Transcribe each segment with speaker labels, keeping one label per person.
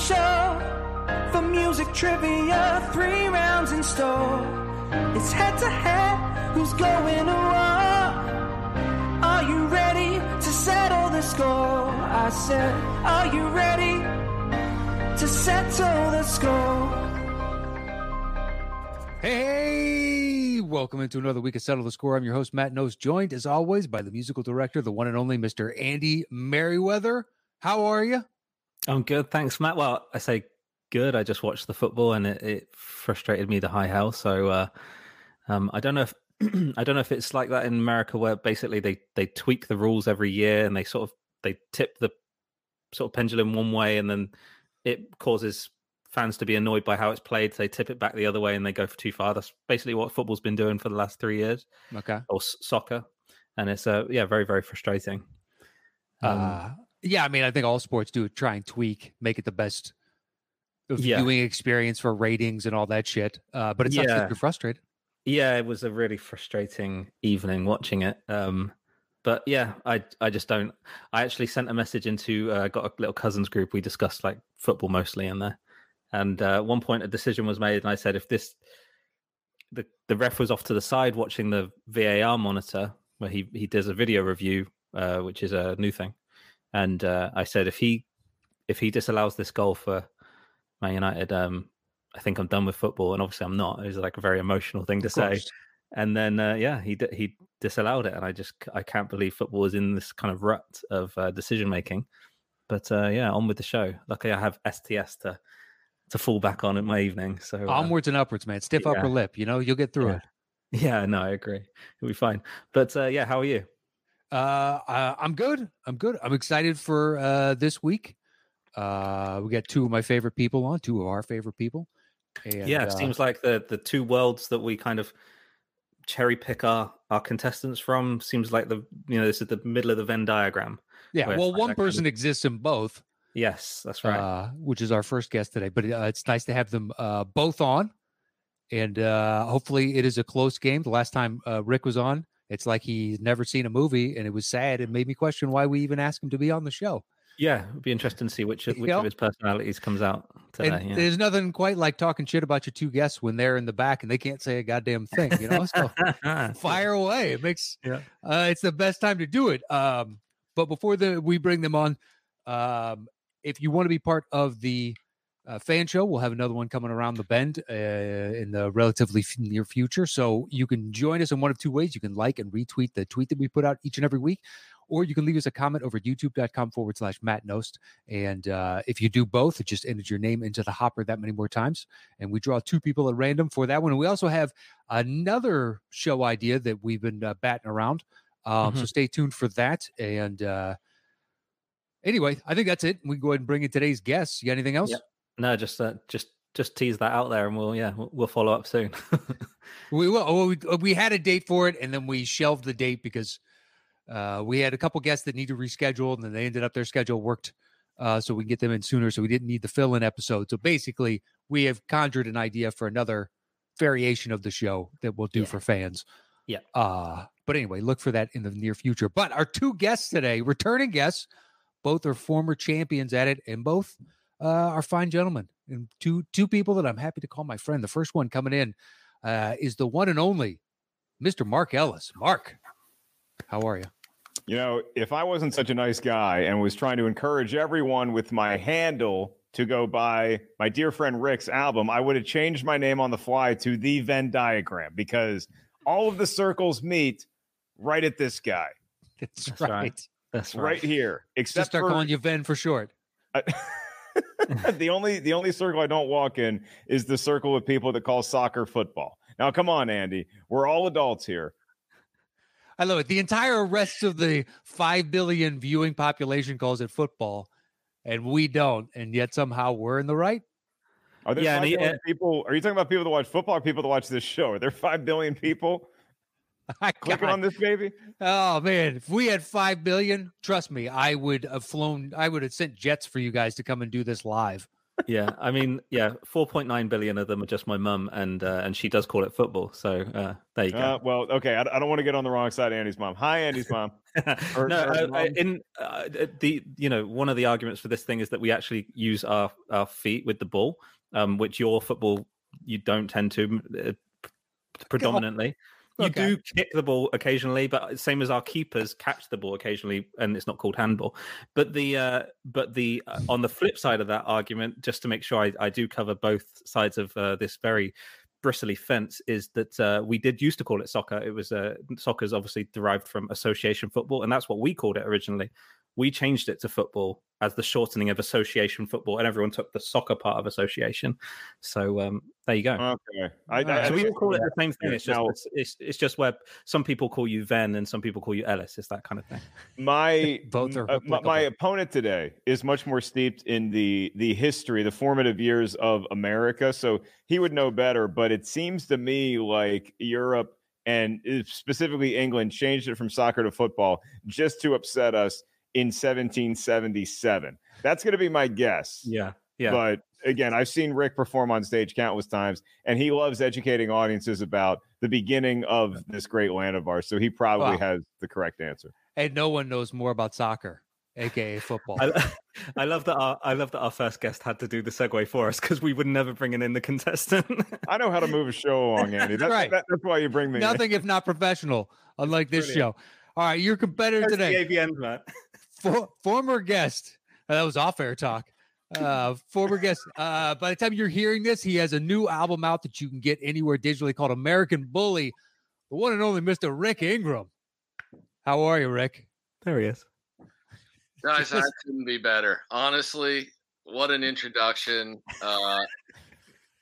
Speaker 1: show for music trivia. Three rounds in store. It's head to head. Who's going to war? Are you ready to settle the score? I said, Are you ready to settle the score?
Speaker 2: Hey, welcome into another week of Settle the Score. I'm your host, Matt Nose, joined as always by the musical director, the one and only Mr. Andy Merriweather. How are you?
Speaker 3: I'm good, thanks, Matt. Well, I say good. I just watched the football, and it, it frustrated me the high hell. So uh, um, I don't know if I don't know if it's like that in America, where basically they they tweak the rules every year, and they sort of they tip the sort of pendulum one way, and then it causes fans to be annoyed by how it's played. So they tip it back the other way, and they go for too far. That's basically what football's been doing for the last three years,
Speaker 2: Okay.
Speaker 3: or s- soccer, and it's uh, yeah, very very frustrating. Um,
Speaker 2: uh, yeah, I mean, I think all sports do try and tweak, make it the best
Speaker 3: Yeah.
Speaker 2: viewing experience for ratings and all that shit. Uh, but it's not
Speaker 3: Yeah.
Speaker 2: super frustrated.
Speaker 3: yeah it was a really frustrating evening watching it um but yeah i i just don't i actually sent a message into uh, got a little cousins group we discussed like football mostly in there and uh, at one point a decision was made and i said if this the the ref was off to the side watching the var monitor where he he does a video review uh which is a new thing and uh i said if he if he disallows this goal for man united um I think I'm done with football, and obviously I'm not. It was like a very emotional thing to
Speaker 2: Of
Speaker 3: say
Speaker 2: course.
Speaker 3: and then uh, yeah he d- he disallowed it and i just c- i can't believe football is in this kind of rut of uh, decision making but uh, yeah on with the show luckily i have sts to to fall back on in my evening so uh,
Speaker 2: Onwards and upwards, man. Stiff
Speaker 3: yeah.
Speaker 2: upper lip. You know, you'll get through
Speaker 3: Yeah.
Speaker 2: it.
Speaker 3: yeah no i agree it'll be fine but uh, yeah how are you
Speaker 2: Uh, uh, I'm good. I'm good. I'm excited for uh, this week. Uh, we got two of my favorite people on, two of our favorite people. And,
Speaker 3: yeah it
Speaker 2: uh,
Speaker 3: seems like the the two worlds that we kind of cherry pick our our contestants from seems like the you know this is the middle of the venn diagram
Speaker 2: yeah.
Speaker 3: where it's
Speaker 2: Well,
Speaker 3: like
Speaker 2: one
Speaker 3: that kind of-
Speaker 2: person exists in both,
Speaker 3: yes that's right
Speaker 2: uh, which is our first guest today. But uh, it's nice to have them uh, both on, and uh, hopefully it is a close game. The last time uh, Rick was on, it's like he's never seen a movie, and it was sad. It made me question why we even asked him to be on the show.
Speaker 3: yeah it'd be interesting to see which, of- which
Speaker 2: Yep.
Speaker 3: of his personalities comes out today
Speaker 2: And
Speaker 3: yeah.
Speaker 2: there's nothing quite like talking shit about your two guests when they're in the back and they can't say a goddamn thing, you know. So fire away. It makes
Speaker 3: Yeah.
Speaker 2: uh, it's the best time to do it. Um, but before the we bring them on, um, if you want to be part of the uh, fan show, we'll have another one coming around the bend uh, in the relatively f- near future. So you can join us in one of two ways: you can like and retweet the tweet that we put out each and every week. Or you can leave us a comment over at youtube.com forward slash Matt Nost. And uh, if you do both, it just enters your name into the hopper that many more times. And we draw two people at random for that one. And we also have another show idea that we've been uh, batting around. Um, So stay tuned for that. And uh, anyway, I think that's it. We can go ahead and bring in today's guest. You got anything else?
Speaker 3: Yep. No, just uh, just just tease that out there, and we'll yeah we'll, we'll follow up soon.
Speaker 2: We will. Oh, we, we had a date for it, and then we shelved the date because uh, we had a couple guests that needed to reschedule, and then they ended up their schedule worked, uh, so we can get them in sooner. So we didn't need the fill-in episode. So basically, we have conjured an idea for another variation of the show that we'll do
Speaker 3: Yeah.
Speaker 2: for fans.
Speaker 3: Yeah.
Speaker 2: Uh, but anyway, look for that in the near future. But our two guests today, returning guests, both are former champions at it, and both uh, are fine gentlemen and two two people that I'm happy to call my friend. The first one coming in uh, is the one and only Mr. Mark Ellis. Mark, how are you?
Speaker 4: You know, if I wasn't such a nice guy and was trying to encourage everyone with my handle to go buy my dear friend Rick's album, I would have changed my name on the fly to the Venn diagram because all of the circles meet right at this guy,
Speaker 2: That's,
Speaker 3: right.
Speaker 2: right.
Speaker 3: That's
Speaker 4: right,
Speaker 3: right.
Speaker 4: here.
Speaker 2: Just
Speaker 4: Except
Speaker 2: start
Speaker 4: for
Speaker 2: calling you Ven for short.
Speaker 4: the only the only circle I don't walk in is the circle of people that call soccer football. Now, come on, Andy, we're all adults here.
Speaker 2: I love it. The entire rest of the five billion viewing population calls it football, and we don't, and yet somehow we're in the right.
Speaker 4: Are there
Speaker 3: Yeah,
Speaker 4: five
Speaker 3: and he-
Speaker 4: billion people? Are you talking about people that watch football or people that watch this show? Are there five billion people
Speaker 2: I
Speaker 4: clicking
Speaker 2: got-
Speaker 4: on this baby?
Speaker 2: Oh man, if we had five billion, trust me, I would have flown. I would have sent jets for you guys to come and do this live.
Speaker 3: yeah, I mean, yeah, four point nine billion of them are just my mum, and uh, and she does call it football. So uh, there you go.
Speaker 4: Uh, well, okay. I, I don't want to get on the wrong side of Andy's mom. Hi, Andy's mom. or-
Speaker 3: no,
Speaker 4: or
Speaker 3: uh, uh,
Speaker 4: mom.
Speaker 3: in uh, the you know one of the arguments for this thing is that we actually use our our feet with the ball, um, which your football you don't tend to uh, predominantly. You
Speaker 2: Okay.
Speaker 3: do kick the ball occasionally, but same as our keepers catch the ball occasionally, and it's not called handball. But the uh, but the uh, on the flip side of that argument, just to make sure I, I do cover both sides of uh, this very bristly fence, is that uh, we did used to call it soccer. It was uh, soccer is obviously derived from association football, and that's what we called it originally. We changed it to football as the shortening of association football, and everyone took the soccer part of association. So um, there you go.
Speaker 4: Okay. I,
Speaker 2: Alright.
Speaker 4: I,
Speaker 3: So we all call it the same thing.
Speaker 4: Yeah,
Speaker 3: It's just
Speaker 4: now-
Speaker 3: it's, it's, it's just where some people call you Ven and some people call you Ellis. It's that kind of thing.
Speaker 4: my
Speaker 2: Both are
Speaker 4: uh, my, my
Speaker 2: applicable.
Speaker 4: opponent today is much more steeped in the the history the formative years of america so he would know better but it seems to me like europe and uh, specifically england changed it from soccer to football just to upset us in 1777 that's going to be my guess
Speaker 3: Yeah, yeah.
Speaker 4: but again, I've seen Rick perform on stage countless times, and he loves educating audiences about the beginning of this great land of ours. So he probably
Speaker 2: Wow.
Speaker 4: has the correct answer.
Speaker 2: and no one knows more about soccer, aka football.
Speaker 3: I, I love that. Our, I love that our first guest had to do the segue for us because we would never bring in the contestant.
Speaker 4: I know how to move a show along, Andy. That's
Speaker 2: Right.
Speaker 4: that- that's why you bring me. in.
Speaker 2: Nothing if not professional, unlike this
Speaker 3: Brilliant.
Speaker 2: show. All right, your competitor
Speaker 3: That's the
Speaker 2: today,
Speaker 3: AVN, Matt.
Speaker 2: for, former guest. uh, that was off air talk. Uh, former guest. Uh, by the time you're hearing this, he has a new album out that you can get anywhere digitally called American Bully. The one and only Mr. Rick Ingram. How are you, Rick?
Speaker 3: There he is.
Speaker 5: Guys, I couldn't be better. Honestly, what an introduction. Uh,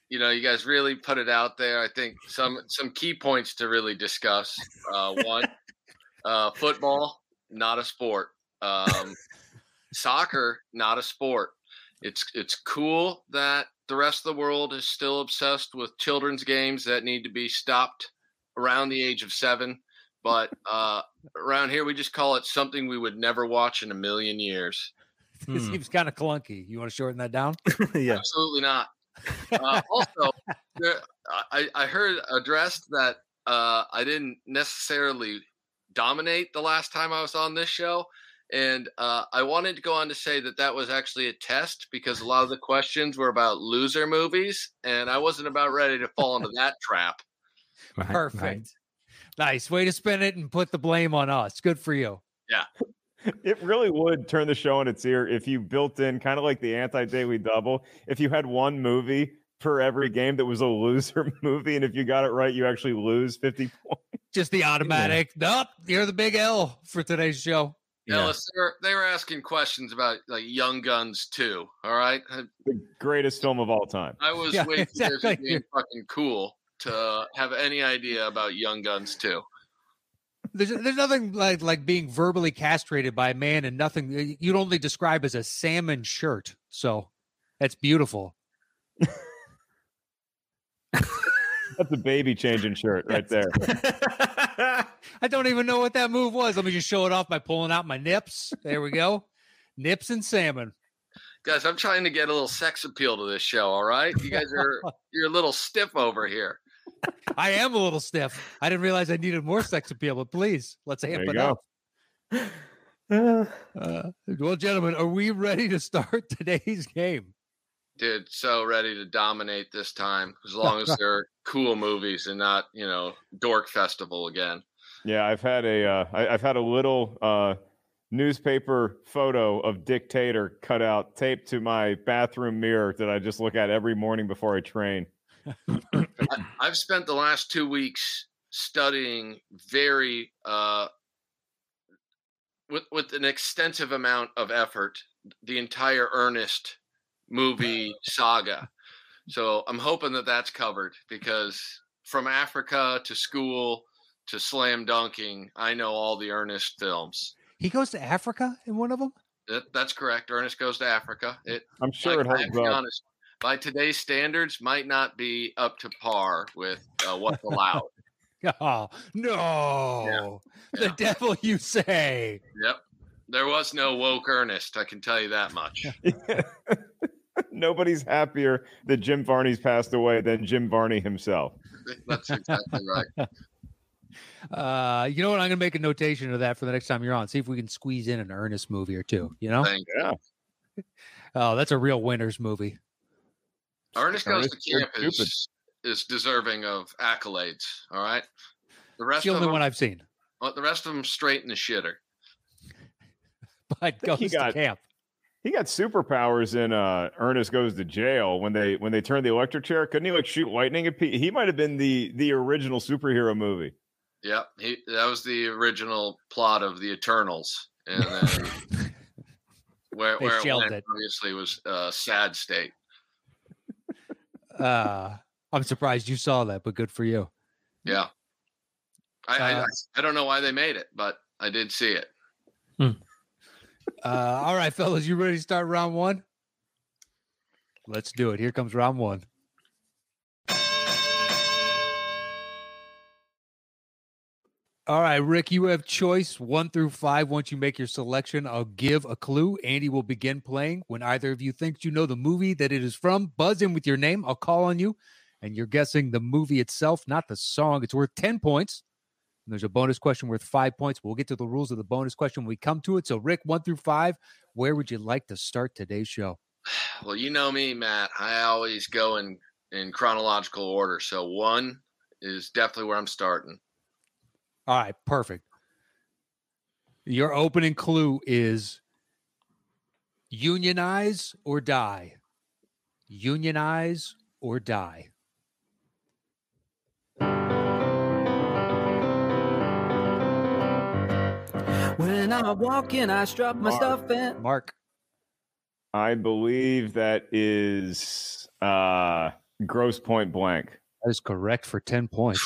Speaker 5: you know, you guys really put it out there. I think some some key points to really discuss. Uh, one, uh, football, not a sport. Um, soccer, not a sport. It's it's cool that the rest of the world is still obsessed with children's games that need to be stopped around the age of seven. But uh, around here we just call it something we would never watch in a million years
Speaker 2: This
Speaker 3: Hmm.
Speaker 2: seems kind of clunky. You want to shorten that down?
Speaker 3: yeah.
Speaker 5: absolutely not uh, also there, I, I heard addressed that uh, i didn't necessarily dominate the last time i was on this show and uh, i wanted to go on to say that that was actually a test because a lot of the questions were about loser movies and i wasn't about ready to fall into that trap
Speaker 3: Right, right.
Speaker 2: Perfect. Nice way to spin it and put the blame on us. Good for you.
Speaker 4: It really would turn the show on its ear if you built in kind of like the anti-daily double. If you had one movie per every game that was a loser movie, and if you got it right, you actually lose fifty points.
Speaker 2: Just the automatic. Nope. You're the big L for today's show.
Speaker 3: Yeah.
Speaker 5: ellis they were, they were asking questions about like young guns too all right
Speaker 4: The greatest film of all time.
Speaker 5: I was
Speaker 2: Yeah,
Speaker 5: way too busy
Speaker 2: exactly.
Speaker 5: being fucking cool to have any idea about Young Guns too.
Speaker 2: There's there's nothing like like being verbally castrated by a man and nothing you'd only describe as a salmon shirt. So that's beautiful.
Speaker 4: That's a baby changing shirt right there.
Speaker 2: I don't even know what that move was. Let me just show it off by pulling out my nips. There we go. nips and salmon.
Speaker 5: Guys, I'm trying to get a little sex appeal to this show, all right? You guys are you're a little stiff over here.
Speaker 2: I am a little stiff. I didn't realize I needed more sex appeal, but please let's
Speaker 4: There
Speaker 2: amp
Speaker 4: you
Speaker 2: it
Speaker 4: go.
Speaker 2: up. Uh, well, gentlemen, are we ready to start today's game?
Speaker 5: Dude, so ready to dominate this time as long as they're cool movies and not, you know, dork festival again.
Speaker 4: Yeah, I've had a uh, I, I've had a little uh, newspaper photo of dictator cut out taped to my bathroom mirror that I just look at every morning before I train.
Speaker 5: I, I've spent the last 2 weeks studying very uh with with an extensive amount of effort the entire Ernest movie saga. So I'm hoping that that's covered because from Africa to school to slam dunking, I know all the Ernest films.
Speaker 2: He goes to Africa in one of them.
Speaker 5: That, that's correct. Ernest goes to Africa. It
Speaker 4: I'm Mm, sure
Speaker 5: like, I
Speaker 4: it
Speaker 5: have to be
Speaker 4: holds up.
Speaker 5: honest, by today's standards, might not be up to par with uh, what's allowed.
Speaker 2: Oh no! The
Speaker 5: Yeah.
Speaker 2: devil, you say?
Speaker 5: Yep. There was no woke Ernest, I can tell you that much.
Speaker 4: Nobody's happier that Jim Varney's passed away than Jim Varney himself.
Speaker 5: That's exactly right.
Speaker 2: Uh, you know what? I'm gonna make a notation of that for the next time you're on. See if we can squeeze in an Ernest movie or two. You know?
Speaker 5: Thank
Speaker 4: Yeah.
Speaker 2: Oh, that's a real winner's movie.
Speaker 5: Ernest goes to
Speaker 4: Ernest, you're
Speaker 5: camp
Speaker 4: stupid.
Speaker 5: is, is deserving of accolades. All right. The
Speaker 2: It's
Speaker 5: rest
Speaker 2: the
Speaker 5: of
Speaker 2: only
Speaker 5: them,
Speaker 2: one I've seen.
Speaker 5: well, the rest of them straight in the shitter.
Speaker 2: But
Speaker 4: think
Speaker 2: goes
Speaker 4: he
Speaker 2: to
Speaker 4: got-
Speaker 2: camp.
Speaker 4: He got superpowers in uh, Ernest Goes to Jail when they when they turned the electric chair. Couldn't he like shoot lightning at people? He might have been the the original superhero movie.
Speaker 5: Yeah, he, that was the original plot of the Eternals, and then where,
Speaker 2: They
Speaker 5: where it
Speaker 2: shelved
Speaker 5: went,
Speaker 2: it.
Speaker 5: obviously was a sad state.
Speaker 2: Uh, I'm surprised you saw that, but good for you.
Speaker 5: Yeah, I, I-
Speaker 2: Uh,
Speaker 5: I I don't know why they made it, but I did see it.
Speaker 2: Uh, all right, fellas, you ready to start round one? Let's do it. Here comes round one. All right, Rick, you have choice one through five. Once you make your selection, I'll give a clue. Andy will begin playing. When either of you thinks you know the movie that it is from, buzz in with your name. I'll call on you, and you're guessing the movie itself, not the song. It's worth 10 points. And there's a bonus question worth five points. We'll get to the rules of the bonus question when we come to it. So, Rick, one through five, where would you like to start today's show?
Speaker 5: Well, you know me, Matt. I always go in in chronological order, so one is definitely where I'm starting.
Speaker 2: All right, perfect. Your opening clue is unionize or die. Unionize or die.
Speaker 3: When I'm walking, I strap my
Speaker 4: Mark.
Speaker 3: stuff in.
Speaker 2: Mark,
Speaker 4: I believe that is uh, Gross Point Blank.
Speaker 2: that is correct for 10 points.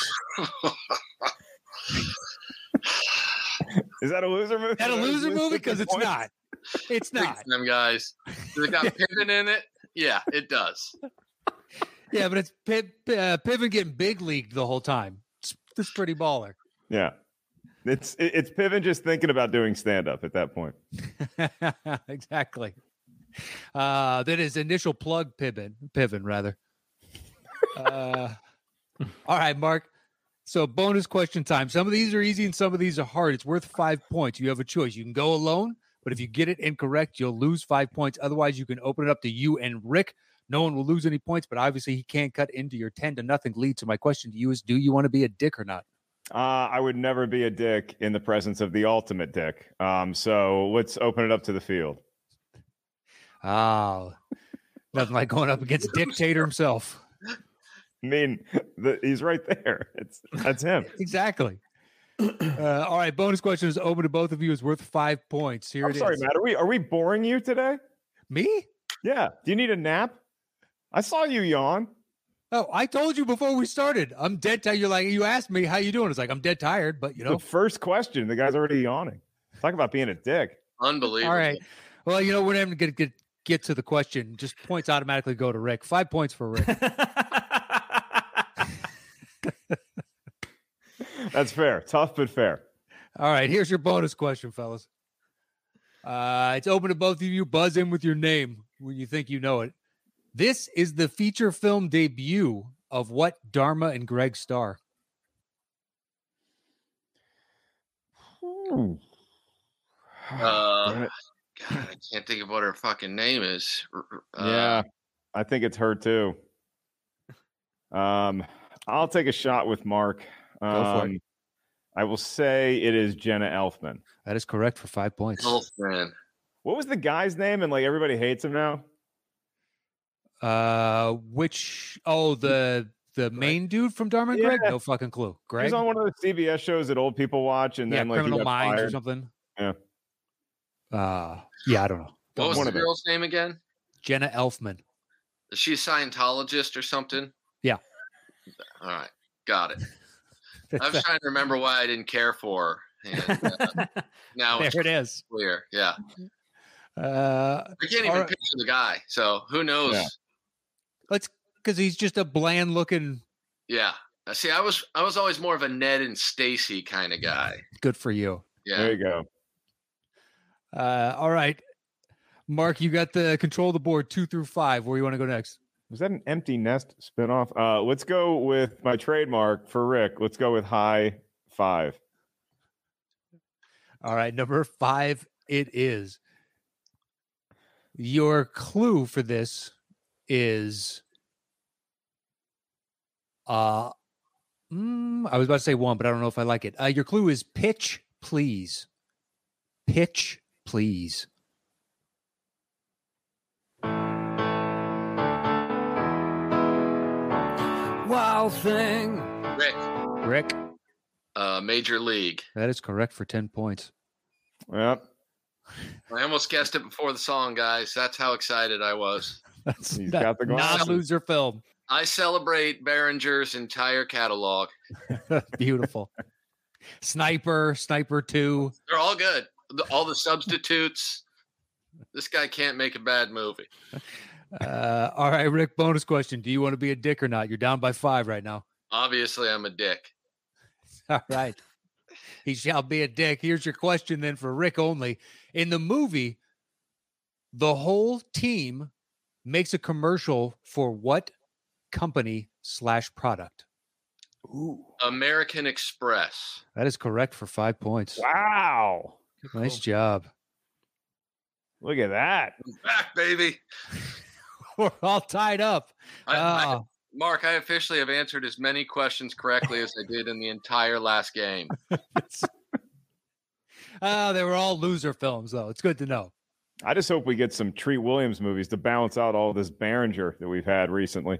Speaker 4: Is that a loser movie?
Speaker 2: Is that a loser movie? Because it's
Speaker 4: Point?
Speaker 2: not. It's
Speaker 5: Big
Speaker 2: not.
Speaker 5: time, guys. Does it got Piven in it? Yeah, it does.
Speaker 2: Yeah, but it's Piv, uh, Piven getting big leagued the whole time. It's, it's pretty baller.
Speaker 4: Yeah. It's it- it's Piven just thinking about doing stand up at that point.
Speaker 2: exactly. Uh, that is initial plug Piven, Piven rather. Uh, all right, Mark. So bonus question time. Some of these are easy and some of these are hard. It's worth five points. You have a choice. You can go alone, but if you get it incorrect, you'll lose five points. Otherwise, you can open it up to you and Rick. No one will lose any points, but obviously he can't cut into your ten to nothing lead. So my question to you is: Do you want to be a dick or not?
Speaker 4: Uh, I would never be a dick in the presence of the ultimate dick. Um, so let's open it up to the field.
Speaker 2: Oh, nothing like going up against a dictator himself.
Speaker 4: I mean, the, he's right there. It's that's him.
Speaker 2: Exactly. uh, all right, bonus question is open to both of you. Is worth five points. Here it
Speaker 4: I'm
Speaker 2: is.
Speaker 4: sorry, Matt. Are we are we boring you today?
Speaker 2: Me?
Speaker 4: Yeah. Do you need a nap? I saw you yawn.
Speaker 2: Oh, I told you before we started. I'm dead tired. You're like, you asked me how you doing. It's like I'm dead tired, but you
Speaker 4: The
Speaker 2: know.
Speaker 4: first question, the guy's already yawning. Talk about being a dick.
Speaker 5: Unbelievable.
Speaker 2: All right. Well, you know, we're not gonna get get to the question. Just points automatically go to Rick. Five points for Rick.
Speaker 4: That's fair. Tough but fair.
Speaker 2: All right, here's your bonus question, fellas. Uh, it's open to both of you. Buzz in with your name when you think you know it. This is the feature film debut of what Dharma and Greg star.
Speaker 5: Uh, Uh,
Speaker 4: Damn it.
Speaker 5: God, I can't think of what her fucking name is. R- r- uh,
Speaker 4: yeah, I think it's her too. Um, I'll take a shot with Mark.
Speaker 2: for it.
Speaker 4: Um, I will say it is Jenna Elfman.
Speaker 2: That is correct for five points.
Speaker 5: Elfman.
Speaker 4: What was the guy's name? And like everybody hates him now.
Speaker 2: Uh, which oh the the main dude from Dharma and
Speaker 4: Yeah.
Speaker 2: Greg? No fucking clue.
Speaker 4: He
Speaker 2: Greg,
Speaker 4: was on one of those CBS shows that old people watch, and
Speaker 2: yeah,
Speaker 4: then like he
Speaker 2: Criminal
Speaker 4: got
Speaker 2: Minds or
Speaker 4: fired.
Speaker 2: something.
Speaker 4: Yeah.
Speaker 2: Uh, yeah, I don't know.
Speaker 5: What was
Speaker 4: One
Speaker 5: the
Speaker 4: of them.
Speaker 5: girl's name again?
Speaker 2: Jenna Elfman.
Speaker 5: Is she a Scientologist or something?
Speaker 2: Yeah.
Speaker 5: All right. Got it. I was trying to remember why I didn't care for her. And, uh, now
Speaker 2: there
Speaker 5: it's
Speaker 2: it is.
Speaker 5: clear. Yeah.
Speaker 2: Uh,
Speaker 5: I can't even
Speaker 2: All right.
Speaker 5: picture the guy. So who knows?
Speaker 4: Yeah.
Speaker 5: Yeah.
Speaker 2: because he's just a bland looking.
Speaker 5: Uh, See, I was I was always more of a Ned and Stacy kind of guy.
Speaker 2: Good for you.
Speaker 5: Yeah.
Speaker 4: There you go.
Speaker 2: Uh, all right, Mark, you got the control the board two through five. Where you want to go next?
Speaker 4: Was that an empty nest spinoff? Uh, let's go with my trademark for Rick. Let's go with high five.
Speaker 2: All right, number five. It is. Your clue for this is. Uh, mm, I was about to say one, but I don't know if I like it. Uh, your clue is pitch, please. Pitch, please.
Speaker 3: Wild thing.
Speaker 5: Rick,
Speaker 2: Rick,
Speaker 5: uh, Major League.
Speaker 2: that is correct for 10 points.
Speaker 4: Yep.
Speaker 5: I almost guessed it before the song, guys. That's how excited I was.
Speaker 2: That's
Speaker 4: He's
Speaker 2: not,
Speaker 4: got the glasses.
Speaker 2: loser film.
Speaker 5: I celebrate Behringer's entire catalog.
Speaker 2: Beautiful. Sniper, Sniper 2.
Speaker 5: They're all good. The, all the substitutes. This guy can't make a bad movie.
Speaker 2: Uh, all right, Rick, bonus question. Do you want to be a dick or not? You're down by five right now.
Speaker 5: Obviously, I'm a dick.
Speaker 2: All right. He shall be a dick. Here's your question then for Rick only. In the movie, the whole team makes a commercial for what company slash product?
Speaker 5: American Express.
Speaker 2: That is correct for five points.
Speaker 4: Wow.
Speaker 2: Nice job.
Speaker 4: Look at that.
Speaker 5: Back, baby.
Speaker 2: We're all tied up.
Speaker 5: I, I,
Speaker 2: Ah.
Speaker 5: Mark, I officially have answered as many questions correctly as I did in the entire last game.
Speaker 2: Oh, they were all loser films, though. It's good to know.
Speaker 4: I just hope we get some Tree Williams movies to balance out all this Behringer that we've had recently.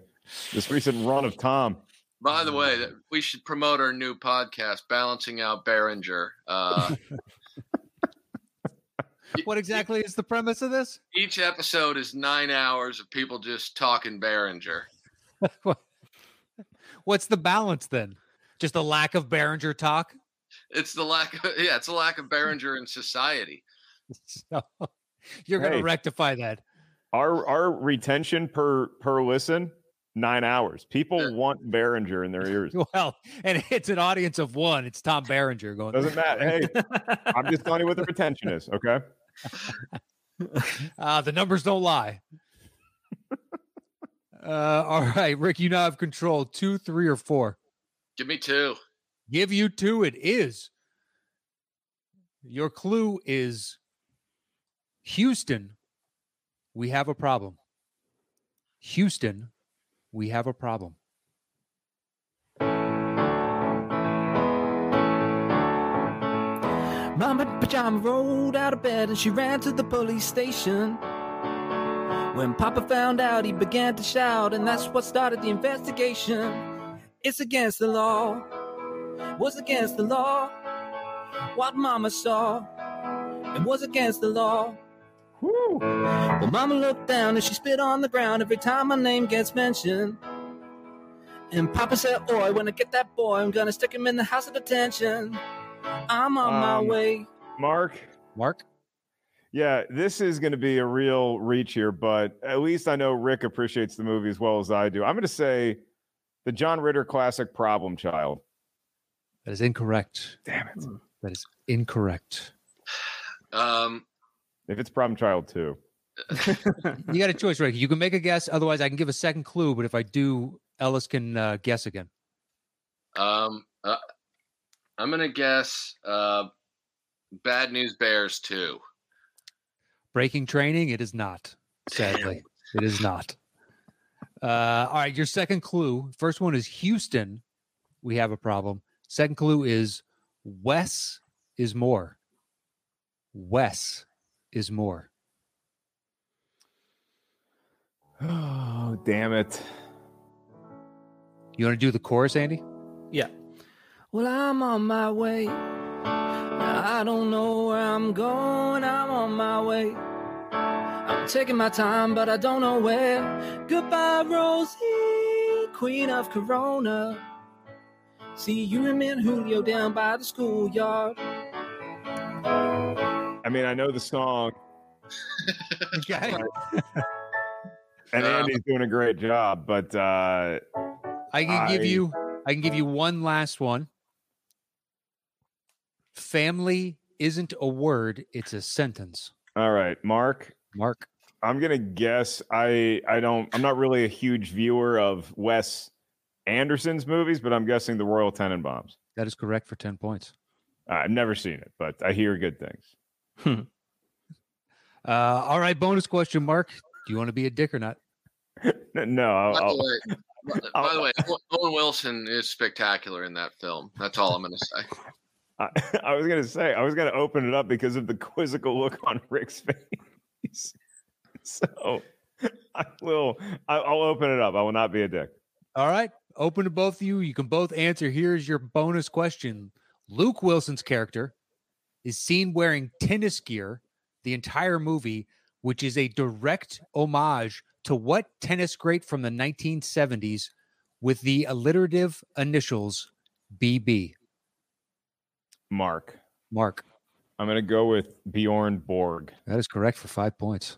Speaker 4: This recent run of Tom.
Speaker 5: By the way, that- we should promote our new podcast, Balancing Out Behringer. Uh,
Speaker 2: What exactly is the premise of this?
Speaker 5: each episode is nine hours of people just talking Behringer.
Speaker 2: What's the balance then? Just a lack of Behringer talk?
Speaker 5: It's the lack of yeah, it's the lack of Behringer in society.
Speaker 2: So, you're going to
Speaker 4: Hey.
Speaker 2: rectify that.
Speaker 4: Our our retention per per listen, nine hours. People
Speaker 5: Yeah.
Speaker 4: want Behringer in their ears.
Speaker 2: Well, and it's an audience of one. It's Tom Behringer going.
Speaker 4: Doesn't matter. Hey, I'm just telling you what the retention is. Okay.
Speaker 2: Uh, the numbers don't lie. uh, all right, Rick, you now have control two, three, or four.
Speaker 5: Give me two.
Speaker 2: Give you two. It is. Your clue is Houston, we have a problem. Houston, we have a problem.
Speaker 3: Mama in Pajama rolled out of bed and she ran to the police station. When Papa found out, he began to shout, and that's what started the investigation. It's against the law. Was against the law. What Mama saw. It was against the law. Well, Mama looked down and she spit on the ground every time my name gets mentioned. And Papa said, Oi, when I get that boy, I'm gonna stick him in the house of detention. I'm on my
Speaker 4: Um,
Speaker 3: way.
Speaker 4: Mark.
Speaker 2: Mark,
Speaker 4: Yeah, this is going to be a real reach here, but at least I know Rick appreciates the movie as well as I do. I'm going to say the John Ritter classic Problem Child.
Speaker 2: that is incorrect.
Speaker 4: Damn it.
Speaker 2: That is incorrect.
Speaker 5: Um,
Speaker 4: If it's Problem Child 2.
Speaker 2: You got a choice, Rick. You can make a guess. Otherwise, I can give a second clue. But if I do, Ellis can uh, guess again.
Speaker 5: um, uh, I'm gonna guess uh, Bad News Bears two.
Speaker 2: Breaking training, it is not. Sadly, it is not. Uh, all right, your second clue. First one is Houston. We have a problem. Second clue is Wes is more. Wes is more.
Speaker 4: Oh, damn it.
Speaker 2: You want to do the chorus, Andy?
Speaker 3: Well, I'm on my way. I don't know where I'm going. I'm on my way. I'm taking my time, but I don't know where. Goodbye, Rosie, queen of Corona. See you and me and Julio down by the schoolyard.
Speaker 4: I mean, I know the song,
Speaker 2: Okay.
Speaker 4: and
Speaker 5: Um,
Speaker 4: Andy's doing a great job, but uh,
Speaker 2: I can give
Speaker 4: I-
Speaker 2: you I can give you one last one. Family isn't a word, it's a sentence.
Speaker 4: all right, Mark,
Speaker 2: Mark.
Speaker 4: I'm gonna guess. I I don't. I'm not really a huge viewer of Wes Anderson's movies, but I'm guessing the Royal Tenenbaums.
Speaker 2: That is correct for 10 points.
Speaker 4: I've never seen it, but I hear good things.
Speaker 2: Uh, all right, bonus question, Mark. Do you want to be a dick or not?
Speaker 4: N- No,
Speaker 5: By
Speaker 4: I'll, I'll-
Speaker 5: the way, by- by the way, Owen Wilson is spectacular in that film. That's all I'm going to say.
Speaker 4: I, I was gonna say I was gonna open it up because of the quizzical look on Rick's face. So I will. I, I'll open it up. I will not be a dick.
Speaker 2: All right, open to both of you. You can both answer. Here's your bonus question Luke Wilson's character is seen wearing tennis gear the entire movie, which is a direct homage to what tennis great from the 1970s with the alliterative initials BB?
Speaker 4: Mark.
Speaker 2: Mark,
Speaker 4: I'm gonna go with Bjorn Borg.
Speaker 2: that is correct for five points.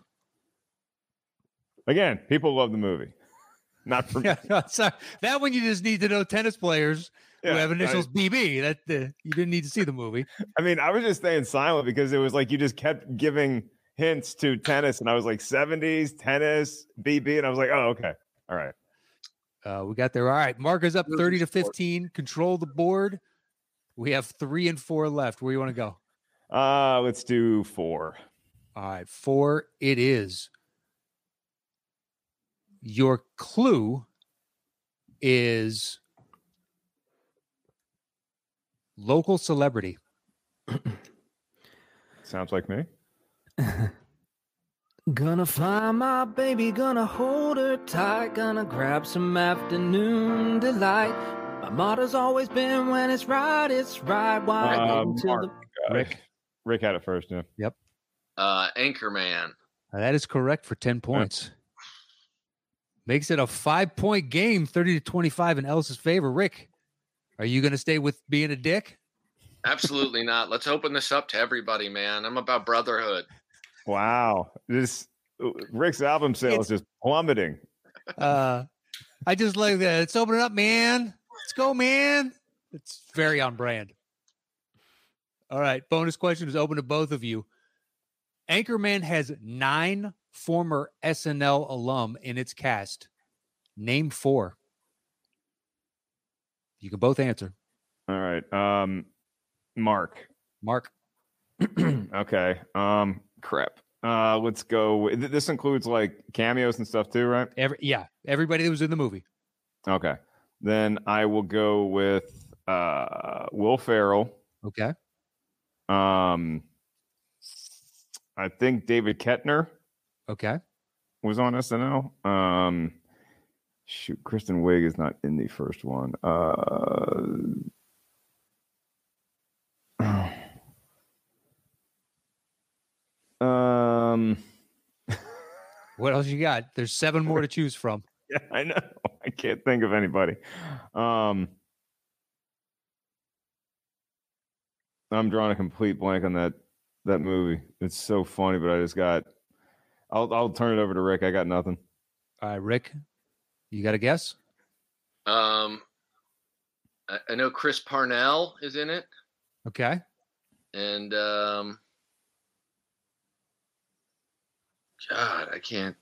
Speaker 4: Again, people love the movie. Not for me.
Speaker 2: Yeah, no, sorry. that one you just need to know tennis players
Speaker 4: Yeah,
Speaker 2: who have
Speaker 4: I-
Speaker 2: initials BB. That uh, you didn't need to see the movie.
Speaker 4: I mean, I was just staying silent because it was like you just kept giving hints to tennis, and I was like 70s tennis BB, and I was like, oh okay, all right.
Speaker 2: Uh, we got there. All right, Mark is up
Speaker 5: Moving
Speaker 2: thirty to
Speaker 5: forward.
Speaker 2: fifteen. Control the board. We have three and four left. Where you want to go?
Speaker 4: Uh, let's do four.
Speaker 2: All right, four. It is. Your clue is local celebrity.
Speaker 4: Sounds like me.
Speaker 3: Gonna find my baby, gonna hold her tight, gonna grab some afternoon delight. My motto's always been when it's right, it's right. Why
Speaker 4: Uh,
Speaker 3: wait until
Speaker 4: Mark.
Speaker 3: the
Speaker 2: Rick?
Speaker 4: Rick had it first. Yeah.
Speaker 5: Uh, Anchorman.
Speaker 2: Now, that is correct for 10 points. Makes it a five point game, 30 to 25 in Ellis's favor. Rick, are you going to stay with being a dick?
Speaker 5: Absolutely not. Let's open this up to everybody, man. I'm about brotherhood.
Speaker 4: Wow. This uh, Rick's album sales just plummeting.
Speaker 2: Uh, I just like that. Let's open it up, man. Let's go, man. It's very on brand. All right. Bonus question is open to both of you. Anchorman has nine former SNL alum in its cast. Name four. You can both answer.
Speaker 4: All right. Um, Mark.
Speaker 2: Mark.
Speaker 4: okay. Um, crap. Uh, let's go. with- th- This includes like cameos and stuff too, right?
Speaker 2: Every yeah, everybody that was in the movie.
Speaker 4: Okay. Then I will go with uh Will Farrell.
Speaker 2: Okay.
Speaker 4: Um, I think David Kettner
Speaker 2: Okay.
Speaker 4: was on SNL. Um, shoot, Kristen Wiig is not in the first one. Uh, um,
Speaker 2: What else you got? There's seven more to choose from.
Speaker 4: yeah, I know. I can't think of anybody. Um, I'm drawing a complete blank on that that movie. It's so funny, but I just got. I'll I'll turn it over to Rick. I got nothing.
Speaker 2: All right, Rick. You got a guess?
Speaker 5: Um, I, I know Chris Parnell is in it,
Speaker 2: Okay.
Speaker 5: and um, God, I can't.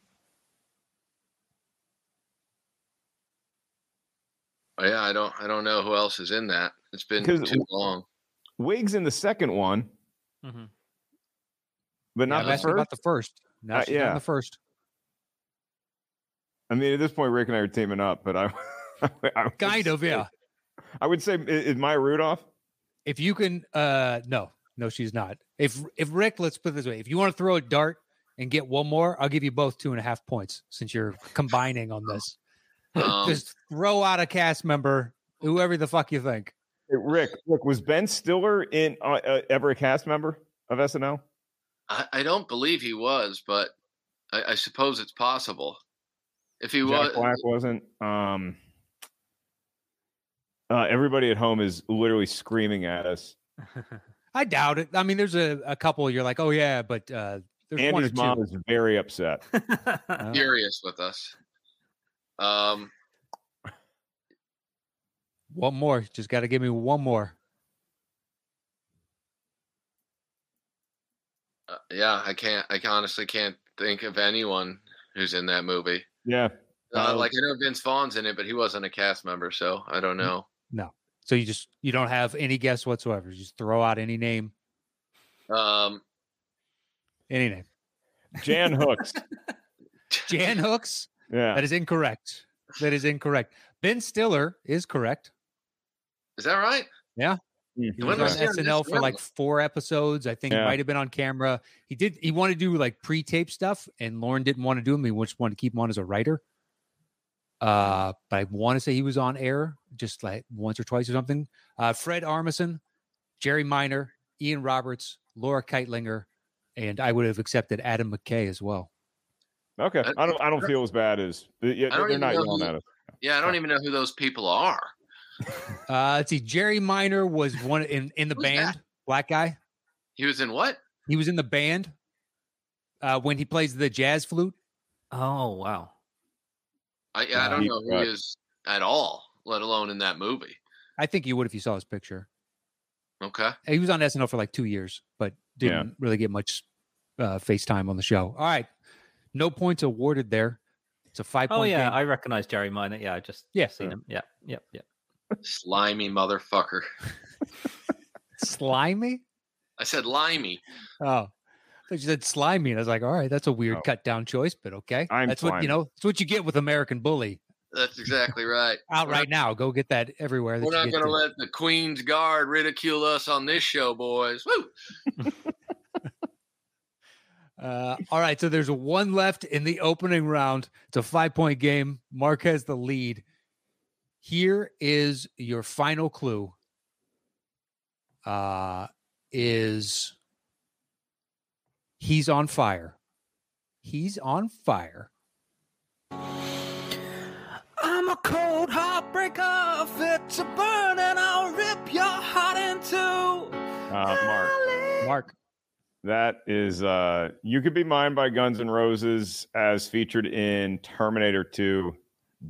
Speaker 5: Oh, yeah, I don't, I don't know who else is in that. It's been
Speaker 4: Because-
Speaker 5: too long.
Speaker 4: Wiggs in the second one,
Speaker 3: Mhm.
Speaker 2: Mm-hmm.
Speaker 4: but
Speaker 2: Yeah,
Speaker 4: not
Speaker 2: I'm
Speaker 4: the
Speaker 2: asking
Speaker 4: first.
Speaker 2: about the first. No,
Speaker 4: Uh,
Speaker 2: she's not in
Speaker 4: yeah.
Speaker 2: the first.
Speaker 4: I mean, at this point, Rick and I are teaming up, but I, I would
Speaker 2: Kind of,
Speaker 4: say-
Speaker 2: yeah.
Speaker 4: I would say, i- is Maya Rudolph?
Speaker 2: If you can uh no, no, she's not. If if Rick, let's put it this way. If you want to throw a dart and get one more, I'll give you both two and a half points since you're combining on this.
Speaker 5: Um,
Speaker 2: Just throw out a cast member, whoever the fuck you think.
Speaker 4: Hey, Rick, Rick, was Ben Stiller in uh, uh, ever a cast member of SNL?
Speaker 5: I, I don't believe he was, but I, I suppose it's possible. If he
Speaker 4: Jack
Speaker 5: was,
Speaker 4: Black wasn't. Um, uh, everybody at home is literally screaming at us.
Speaker 3: Hmm.
Speaker 2: I doubt it. I mean, there's a, a couple you're like, oh yeah, but uh there's one or
Speaker 4: Andy's
Speaker 2: two.
Speaker 4: mom is very upset.
Speaker 2: Uh,
Speaker 5: furious with us. Um,
Speaker 2: One more. Just got to give me one more.
Speaker 5: uh, yeah, I can't. I honestly can't think of anyone who's in that movie.
Speaker 4: Yeah.
Speaker 5: Uh,
Speaker 4: Oh.
Speaker 5: like I know Vince Vaughn's in it, but he wasn't a cast member, so I don't
Speaker 4: Mm.
Speaker 5: know.
Speaker 2: So you just you don't have any guess whatsoever. You just throw out any name,
Speaker 5: Um,
Speaker 2: any name.
Speaker 4: Jan Hooks.
Speaker 2: Jan Hooks.
Speaker 4: Yeah.
Speaker 2: That is incorrect. That is incorrect. Ben Stiller is correct.
Speaker 5: is that right?
Speaker 4: Hmm.
Speaker 2: He was
Speaker 5: When
Speaker 2: on
Speaker 5: was he on
Speaker 2: SNL for
Speaker 5: SNL?
Speaker 2: like four episodes. I think he
Speaker 4: Yeah.
Speaker 2: might have been on camera. He did. He wanted to do like pre-tape stuff, and Lauren didn't want to do him. He just wanted to keep him on as a writer. Uh, but I want to say he was on air just like once or twice or something. Uh, Fred Armisen, Jerry Minor, Ian Roberts, Laura Keitlinger, and I would have accepted Adam McKay as well.
Speaker 4: Okay. I don't. I don't feel as bad as. Yeah,
Speaker 5: I don't
Speaker 4: they're
Speaker 5: even
Speaker 4: not
Speaker 5: know
Speaker 4: yelling
Speaker 5: who-
Speaker 4: at us.
Speaker 5: Yeah, I don't even know who those people are.
Speaker 2: Uh, let's see. Jerry Minor was one in in the
Speaker 5: Who's that?
Speaker 2: band. Black guy.
Speaker 5: He was in what?
Speaker 2: He was in the band uh, when he plays the jazz flute.
Speaker 3: Oh wow.
Speaker 5: I I don't
Speaker 4: He-
Speaker 5: know who he is at all, let alone in that movie.
Speaker 2: I think you would if you saw his picture.
Speaker 5: Okay.
Speaker 2: He was on SNL for like two years, but
Speaker 4: Yeah.
Speaker 2: didn't really get much uh, face time on the show. All right, no points awarded there. It's a five.
Speaker 3: Oh
Speaker 2: point
Speaker 3: yeah,
Speaker 2: game.
Speaker 3: I recognize Jerry Minor. Yeah, I just
Speaker 2: Yeah.
Speaker 3: seen him. Yeah, yeah, yeah.
Speaker 5: Slimy motherfucker.
Speaker 2: slimy.
Speaker 5: I said limey.
Speaker 2: Oh, so she said slimy, and I was like, all right, that's a weird
Speaker 4: Oh.
Speaker 2: cut down choice, but okay.
Speaker 4: I'm
Speaker 2: that's what you
Speaker 4: slimy.
Speaker 2: know. That's what you get with American Bully.
Speaker 5: That's exactly right.
Speaker 2: Out
Speaker 5: We're not-
Speaker 2: right now, go get that everywhere. that
Speaker 5: We're
Speaker 2: you
Speaker 5: not
Speaker 2: get
Speaker 5: going to
Speaker 2: to.
Speaker 5: let the Queen's Guard ridicule us on this show, boys. Woo!
Speaker 2: Uh, all right, so there's one left in the opening round. It's a five point game. Mark has the lead. Here is your final clue. Uh, is he's on fire? He's on fire.
Speaker 1: I'm a cold heartbreaker, fit to burn, and I'll rip your heart in two.
Speaker 4: Uh, Mark.
Speaker 2: Mark,
Speaker 4: That is, uh, you could be mine by Guns N' Roses, as featured in Terminator 2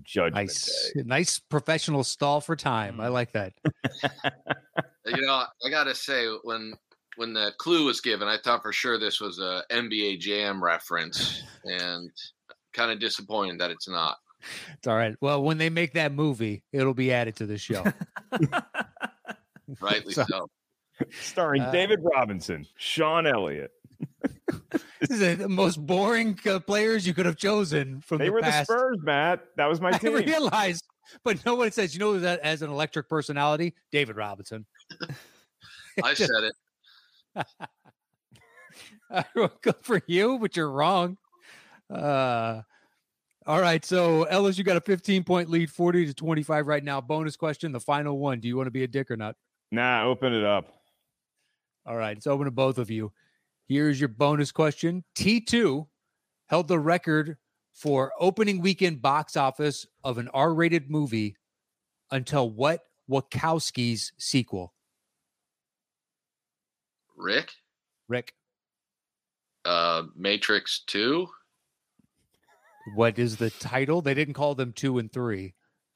Speaker 4: Judgment
Speaker 2: nice,
Speaker 4: Day.
Speaker 2: nice professional stall for time.
Speaker 4: Mm.
Speaker 2: I like that.
Speaker 5: You know, I got to say, when when the clue was given, I thought for sure this was a NBA Jam reference, and kind of disappointed that it's not.
Speaker 2: It's all right. Well, when they make that movie, it'll be added to the show.
Speaker 5: Rightly
Speaker 2: So-
Speaker 5: so.
Speaker 4: Starring
Speaker 2: Uh, David
Speaker 4: David Robinson, Sean Elliott.
Speaker 2: this is the most boring uh, players you could have chosen from
Speaker 4: They
Speaker 2: the
Speaker 4: were
Speaker 2: past.
Speaker 4: the Spurs, Matt. That was my
Speaker 2: I
Speaker 4: team.
Speaker 2: realize, but no one says, you know, that as an electric personality, David Robinson.
Speaker 5: I said it.
Speaker 2: Good for you, but you're wrong. Uh, all right. So, Ellis, you got a 15 point lead, 40 to 25 right now. Bonus question, the final one. Do you want to be a dick or not?
Speaker 4: Nah, open it up.
Speaker 2: All right. It's open to both of you. Here's your bonus question T2 held the record for opening weekend box office of an R rated movie until what Wachowski's sequel?
Speaker 5: Rick,
Speaker 2: Rick,
Speaker 5: uh, Matrix 2,
Speaker 2: what is the title? They didn't call them two and three.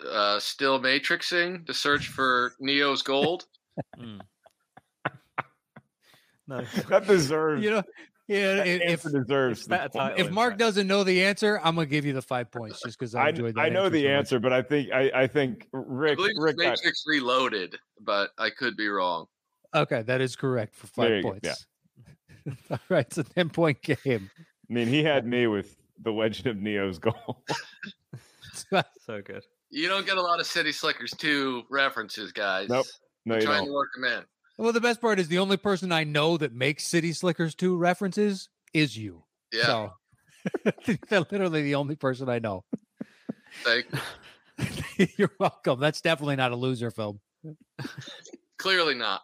Speaker 5: uh, still matrixing the search for Neo's gold.
Speaker 3: Mm. no,
Speaker 4: That deserves.
Speaker 2: You know, yeah.
Speaker 4: that
Speaker 2: i- If uh,
Speaker 4: answer deserves
Speaker 3: It's
Speaker 4: the
Speaker 3: better
Speaker 4: point.
Speaker 3: title.
Speaker 2: if Mark doesn't know the answer, I'm gonna give you the five points just because I
Speaker 4: I,
Speaker 2: enjoyed.
Speaker 4: I
Speaker 2: that
Speaker 4: know the
Speaker 2: so much.
Speaker 4: answer, but I think I, I think
Speaker 5: I
Speaker 4: Rick
Speaker 5: believe
Speaker 4: Rick
Speaker 5: it's
Speaker 4: got,
Speaker 5: Matrix Reloaded, but I could be wrong.
Speaker 2: Okay, that is correct for
Speaker 4: There
Speaker 2: five
Speaker 4: you go, yeah.
Speaker 2: points. All right, it's a ten point game.
Speaker 4: I mean he had me with the Legend of Neo's goal.
Speaker 3: so good.
Speaker 5: You don't get a lot of City Slickers 2 references, guys.
Speaker 4: Nope, no, you
Speaker 5: Trying to
Speaker 4: don't.
Speaker 5: work them in.
Speaker 2: well, the best part is the only person I know that makes City Slickers two references is you.
Speaker 5: Yeah.
Speaker 2: So. They're literally the only person I know.
Speaker 5: Like,
Speaker 2: You're welcome. That's definitely not a loser film.
Speaker 5: clearly not.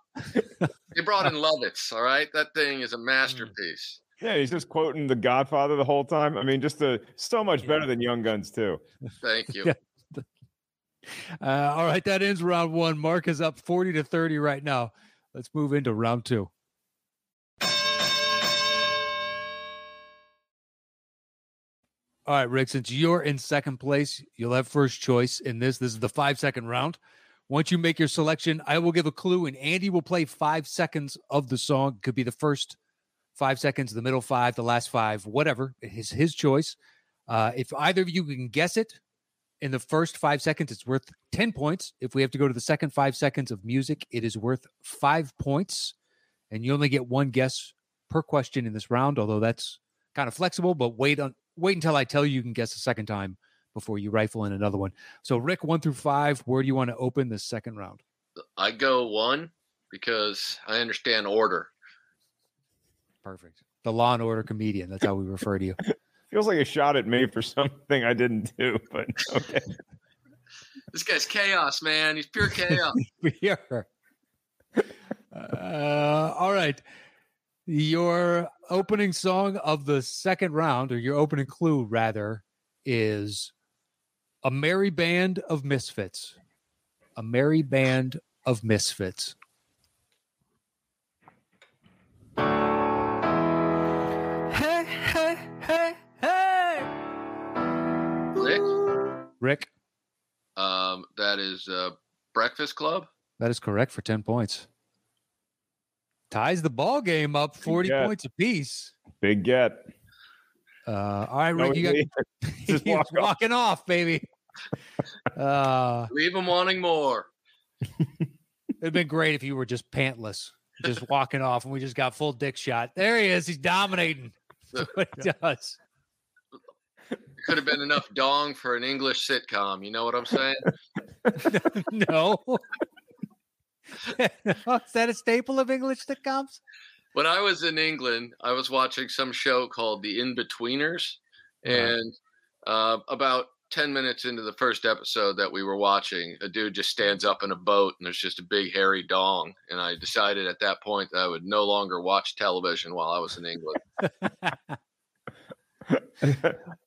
Speaker 5: they brought in Lovitz, all right? That thing
Speaker 2: Mm.
Speaker 5: is a masterpiece.
Speaker 4: Yeah, he's just quoting The Godfather the whole time. I mean, just a, so much better than Young Guns too.
Speaker 5: Thank you.
Speaker 2: Yeah. Uh, all right, that ends round one. Mark is up 40 to 30 right now. Let's move into round two. All right, Rick, since you're in second place, you'll have first choice in this. This is the five second round. Once you make your selection, I will give a clue and Andy will play five seconds of the song. Could be the first five seconds, the middle five, the last five, whatever. His his choice. Uh, if either of you can guess it in the first five seconds, it's worth ten points. If we have to go to the second five seconds of music, it is worth five points, and you only get one guess per question in this round. Although that's kind of flexible, but wait on wait until I tell you you can guess a second time before you rifle in another one. So Rick, one through five, where do you want to open the second round?
Speaker 5: I go one because I understand order.
Speaker 2: Perfect. The Law and Order comedian. That's how we refer to you.
Speaker 4: Feels like a shot at me for something I didn't do, but okay.
Speaker 5: This guy's chaos, man. He's pure chaos.
Speaker 2: Here. Uh, all right. Your opening song of the second round, or your opening clue rather, is a merry band of misfits. A merry band of misfits.
Speaker 1: Hey, hey, hey, hey.
Speaker 5: Rick?
Speaker 2: Rick,
Speaker 5: um, that is uh, Breakfast Club.
Speaker 2: that is correct for ten points. Ties the ball game up forty
Speaker 4: Yeah.
Speaker 2: points apiece.
Speaker 4: Big get.
Speaker 2: Uh, all right,
Speaker 4: No,
Speaker 2: Rick, you got
Speaker 4: we-
Speaker 2: He's
Speaker 4: Just walk off.
Speaker 2: walking off, baby. Uh,
Speaker 5: Leave him wanting more.
Speaker 2: it'd been great if you were just pantless, just walking off, and we just got full dick shot. There he is. He's dominating. That's what he does.
Speaker 5: Could have been enough dong for an English sitcom. You know what I'm saying?
Speaker 2: No. is that a staple of English sitcoms?
Speaker 5: when I was in England, I was watching some show called The Inbetweeners,
Speaker 2: Uh-huh.
Speaker 5: and uh, about ten minutes into the first episode that we were watching, a dude just stands up in a boat, and there's just a big hairy dong. And I decided at that point that I would no longer watch television while I was in England.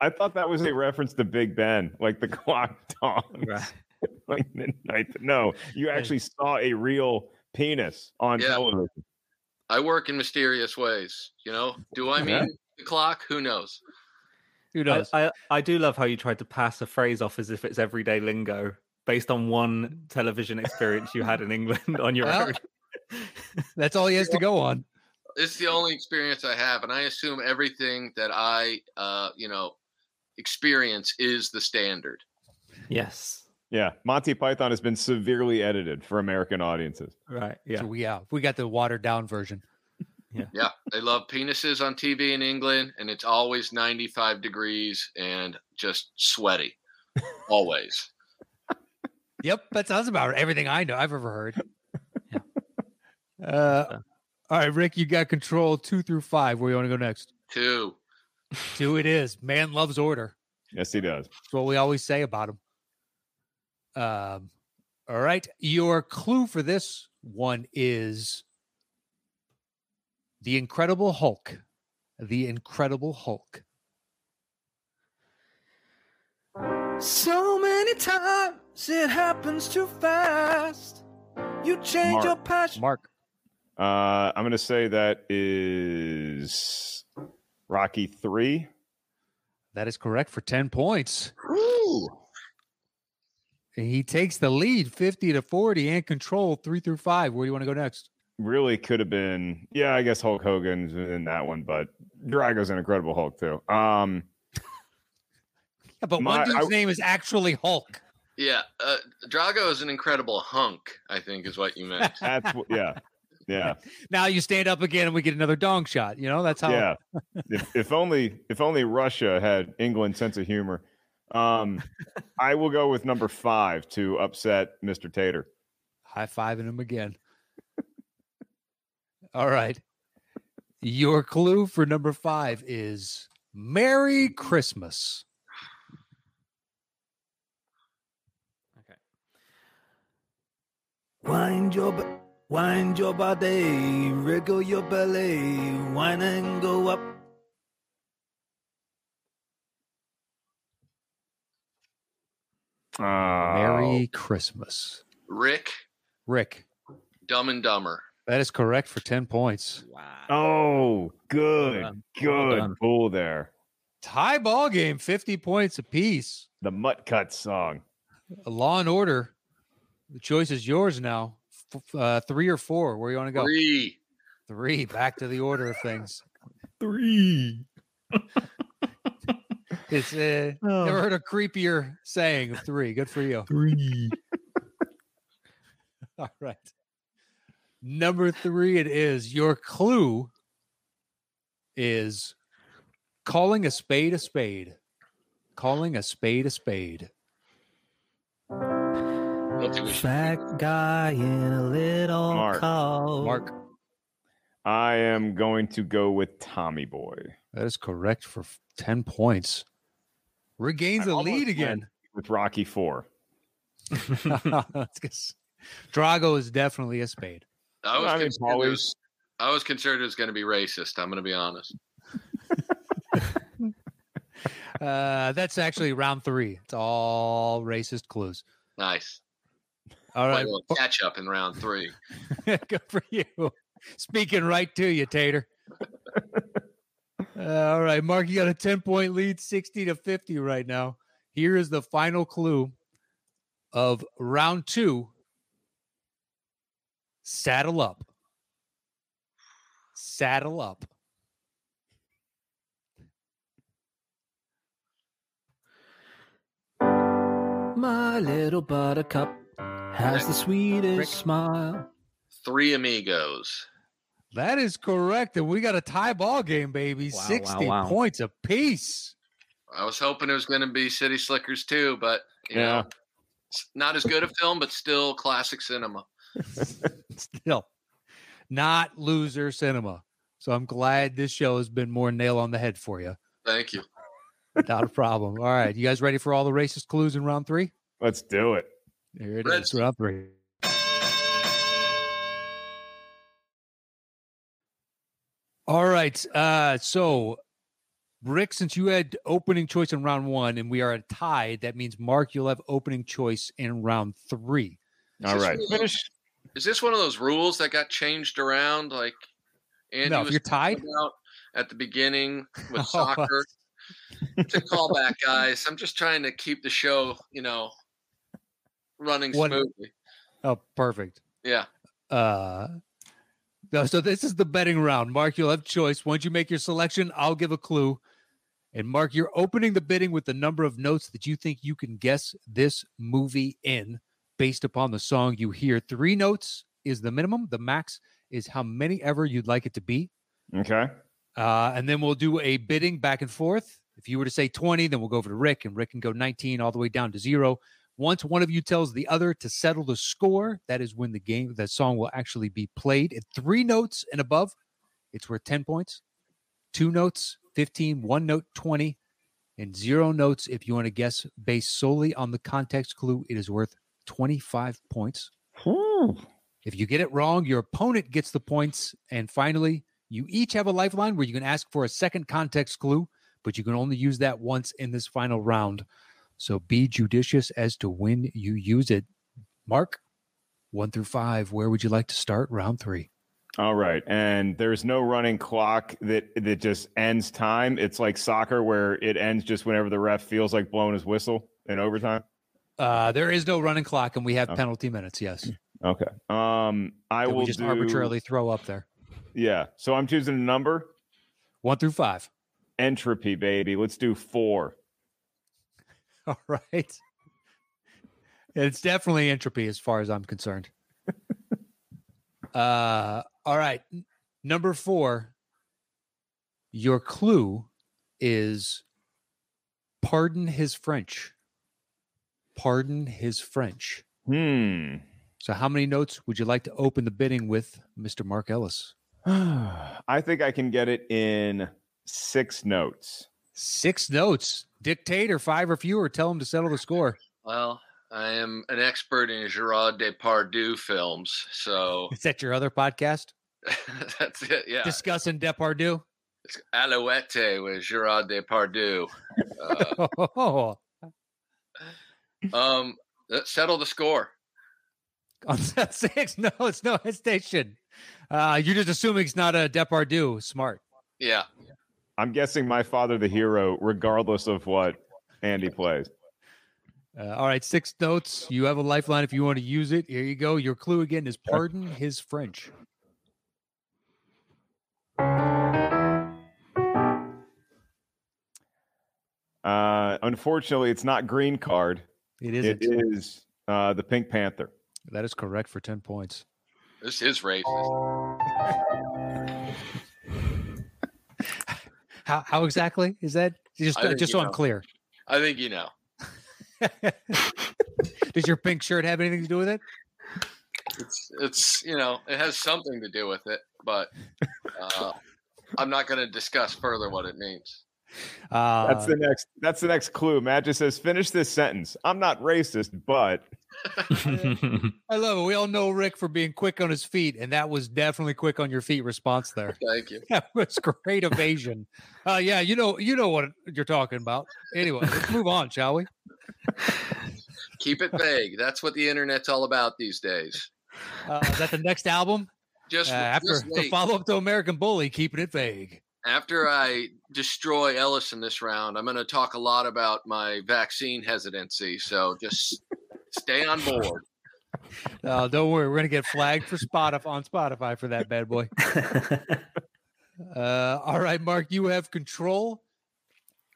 Speaker 4: I thought that was a reference to Big Ben, like the clock tongs,
Speaker 3: Right.
Speaker 4: like midnight. No, you actually saw a real penis on
Speaker 5: Yeah.
Speaker 4: television.
Speaker 5: I work in mysterious ways. You know, do I mean
Speaker 4: Yeah.
Speaker 5: the clock? Who knows?
Speaker 2: Who
Speaker 3: I,
Speaker 2: knows?
Speaker 3: I, I do love how you tried to pass a phrase off as if it's everyday lingo based on one television experience you had in England on your
Speaker 2: Well,
Speaker 3: own.
Speaker 2: That's all he has to go on.
Speaker 5: It's the only experience I have, and I assume everything that I, uh, you know, experience is the standard.
Speaker 3: Yes.
Speaker 4: Yeah, Monty Python has been severely edited for American audiences.
Speaker 3: Right.
Speaker 2: So
Speaker 3: Yeah.
Speaker 2: we out. We got the watered down version.
Speaker 5: Yeah, they love penises on TV in England, and it's always 95 degrees and just sweaty. Always.
Speaker 2: Yep, that sounds about everything I know I've ever heard. Uh, all right, Rick, you got control two through five. Where you want to go next?
Speaker 5: Two.
Speaker 2: Two, it is. Man loves order.
Speaker 4: Yes, he does.
Speaker 2: That's what we always say about him. Um, all right, your clue for this one is the Incredible Hulk. The Incredible Hulk.
Speaker 1: So many times it happens too fast. You change
Speaker 4: Mark.
Speaker 1: your passion.
Speaker 2: Mark,
Speaker 4: Uh, I'm going to say that is Rocky three.
Speaker 2: that is correct for ten points.
Speaker 5: Ooh.
Speaker 2: He takes the lead, fifty to forty, and control three through five. Where do you want to go next?
Speaker 4: Really could have been. Yeah, I guess Hulk Hogan's in that one, but Drago's an Incredible Hulk too. Um,
Speaker 2: Yeah, but
Speaker 4: My-
Speaker 2: one dude's
Speaker 4: I-
Speaker 2: name is actually Hulk.
Speaker 5: Yeah. Uh, Drago is an incredible hunk, I think is what you meant.
Speaker 4: that's wh- yeah, yeah,
Speaker 2: Now you stand up again and we get another dong shot. You know, that's how
Speaker 4: yeah. If, if only if only Russia had England's sense of humor. Um, I will go with number five to upset Mr. Tater.
Speaker 2: high fiving him again. All right. Your clue for number five is Merry Christmas.
Speaker 1: Wind your, b- wind your body, wriggle your belly, wine and go up.
Speaker 4: Uh,
Speaker 2: Merry Christmas.
Speaker 5: Rick,
Speaker 2: Rick,
Speaker 5: Dumb and Dumber.
Speaker 2: that is correct for 10 points.
Speaker 3: Wow.
Speaker 4: Oh, good,
Speaker 3: done. Well
Speaker 4: good
Speaker 3: done.
Speaker 4: pull there.
Speaker 2: Tie ball game, 50 points apiece.
Speaker 4: The Mutt Cut song.
Speaker 2: Law and order. The choice is yours now. F- uh, three or four. Where you want to go?
Speaker 5: Three.
Speaker 2: Three. Back to the order of things.
Speaker 3: three.
Speaker 2: It's uh,
Speaker 3: Oh,
Speaker 2: never heard a creepier saying of three. Good for you.
Speaker 3: three.
Speaker 2: All right. Number three, it is your clue is calling a spade a spade. Calling a spade a spade.
Speaker 5: I don't think we should-
Speaker 3: Fat guy in a little
Speaker 4: Mark.
Speaker 3: coat.
Speaker 2: Mark,
Speaker 4: I am going to go with Tommy Boy.
Speaker 2: that is correct for f- 10 points. Regains
Speaker 4: I
Speaker 2: a lead
Speaker 4: almost
Speaker 2: again.
Speaker 4: With Rocky Four.
Speaker 2: That's 'cause Drago is definitely a spade.
Speaker 5: I was
Speaker 4: I mean,
Speaker 5: concerned it
Speaker 4: Paulie.
Speaker 5: was, I was concerned it was going to be racist. I'm going to be honest.
Speaker 2: Uh, that's actually round three. It's all racist clues.
Speaker 5: Nice.
Speaker 2: All
Speaker 5: Play
Speaker 2: right. Oh.
Speaker 5: a little catch up in round three.
Speaker 2: Good for you. Speaking right to you, Tater. Uh, all right, Mark, you got a 10 point lead, 60 to 50 right now. Here is the final clue of round two saddle up. Saddle up.
Speaker 3: My little buttercup has the sweetest
Speaker 2: Rick.
Speaker 3: smile.
Speaker 5: Three amigos.
Speaker 2: That is correct. And we got a tie ball game, baby.
Speaker 3: Wow, wow,
Speaker 2: 60
Speaker 3: wow.
Speaker 2: points apiece.
Speaker 5: I was hoping it was going to be City Slickers too, but you know, it's not as good a film, but still classic cinema.
Speaker 2: Still not loser cinema. So I'm glad this show has been more nail on the head for you.
Speaker 5: Thank you.
Speaker 2: Not a problem. All right. You guys ready for all the racist clues in round three?
Speaker 4: Let's do it.
Speaker 2: Here it is,
Speaker 5: Let's-
Speaker 2: Round three. All right. Uh, so, Rick, since you had opening choice in round one and we are at tied, that means Mark, you'll have opening choice in round three.
Speaker 4: All
Speaker 5: this
Speaker 4: right.
Speaker 5: really-
Speaker 4: Finish.
Speaker 5: Is this one of those rules that got changed around? Like, Andy
Speaker 2: no, if
Speaker 5: was
Speaker 2: you're tied,
Speaker 5: talking about at the beginning
Speaker 2: Oh,
Speaker 5: with soccer. it's a callback, guys. I'm just trying to keep the show, you know, running
Speaker 2: What-
Speaker 5: smoothly.
Speaker 2: oh, perfect.
Speaker 5: Yeah.
Speaker 2: Uh, no, so this is the betting round. Mark, you'll have choice. Once you make your selection, I'll give a clue. And Mark, you're opening the bidding with the number of notes that you think you can guess this movie in based upon the song you hear. Three notes is the minimum. The max is how many ever you'd like it to be.
Speaker 4: Okay.
Speaker 2: Uh, and then we'll do a bidding back and forth. If you were to say 20, then we'll go over to Rick, and Rick can go 19 all the way down to zero. Once one of you tells the other to settle the score, that is when the game, that song will actually be played. At three notes and above, it's worth 10 points, two notes, 15, one note, 20, and zero notes. If you want to guess based solely on the context clue, it is worth 25 points. If you get it wrong, your opponent gets the points. And finally, you each have a lifeline where you can ask for a second context clue, but you can only use that once in this final round. So be judicious as to when you use it. Mark, one through five, where would you like to start round three?
Speaker 4: All right. And there's no running clock that that just ends time. It's like soccer where it ends just whenever the ref feels like blowing his whistle in overtime.
Speaker 2: Uh, there is no running clock, and we have
Speaker 4: Okay.
Speaker 2: penalty minutes. Yes,
Speaker 4: Okay. Um I
Speaker 2: that
Speaker 4: will
Speaker 2: we just
Speaker 4: do-
Speaker 2: arbitrarily throw up there.
Speaker 4: Yeah. So I'm choosing a number.
Speaker 2: One through five.
Speaker 4: Entropy, baby. Let's do four.
Speaker 2: All right. It's definitely entropy as far as I'm concerned. uh all right. N- Number 4. Your clue is pardon his French. Pardon his French.
Speaker 4: Hmm.
Speaker 2: So how many notes would you like to open the bidding with Mr. Mark Ellis?
Speaker 4: I think I can get it in six notes.
Speaker 2: 6 notes. Dictator 5 or fewer tell him to settle the score.
Speaker 5: Well, I am an expert in Gerard Depardieu films, so
Speaker 2: Is that your other podcast
Speaker 5: that's it. Yeah,
Speaker 2: discussing Depardieu?
Speaker 5: it's Alouette with Gerard Depardieu. Uh,
Speaker 2: Oh.
Speaker 5: um, let's settle the score.
Speaker 2: on set six. No, it's no hesitation. Uh, you're just assuming it's not a Depardieu. Smart.
Speaker 5: Yeah,
Speaker 4: I'm guessing my father the hero, regardless of what Andy plays.
Speaker 2: Uh, all right, six notes. You have a lifeline if you want to use it. Here you go. Your clue again is pardon his French.
Speaker 4: Uh, unfortunately, it's not green card.
Speaker 2: It
Speaker 4: It
Speaker 2: isn't.
Speaker 4: is uh, the Pink Panther.
Speaker 2: That is correct for 10 points.
Speaker 5: This is racist.
Speaker 2: How, how exactly is that? Just,
Speaker 5: I think
Speaker 2: just so
Speaker 5: you
Speaker 2: I'm
Speaker 5: know.
Speaker 2: clear.
Speaker 5: I think you know.
Speaker 2: Does your pink shirt have anything to do with it?
Speaker 5: It's it's you know it has something to do with it, but uh, I'm not going to discuss further what it means.
Speaker 2: Uh,
Speaker 4: That's the next. That's the next clue. Matt just says, "Finish this sentence." I'm not racist, but
Speaker 2: I love it. We all know Rick for being quick on his feet, and that was definitely quick on your feet response there.
Speaker 5: Thank you.
Speaker 2: That was great evasion. Uh, yeah, you know, you know what you're talking about. Anyway, let's move on, shall we?
Speaker 5: Keep it vague. That's what the internet's all about these days.
Speaker 2: Uh, is that the next album
Speaker 5: Just,
Speaker 2: uh, after
Speaker 5: just
Speaker 2: the
Speaker 5: wait.
Speaker 2: follow up to American Bully? Keeping it vague.
Speaker 5: after I destroy Ellison this round, I'm going to talk a lot about my vaccine hesitancy. So just stay on board.
Speaker 2: Uh, don't worry, we're gonna get flagged for Spotify on Spotify for that bad boy. Uh, all right, Mark, you have control.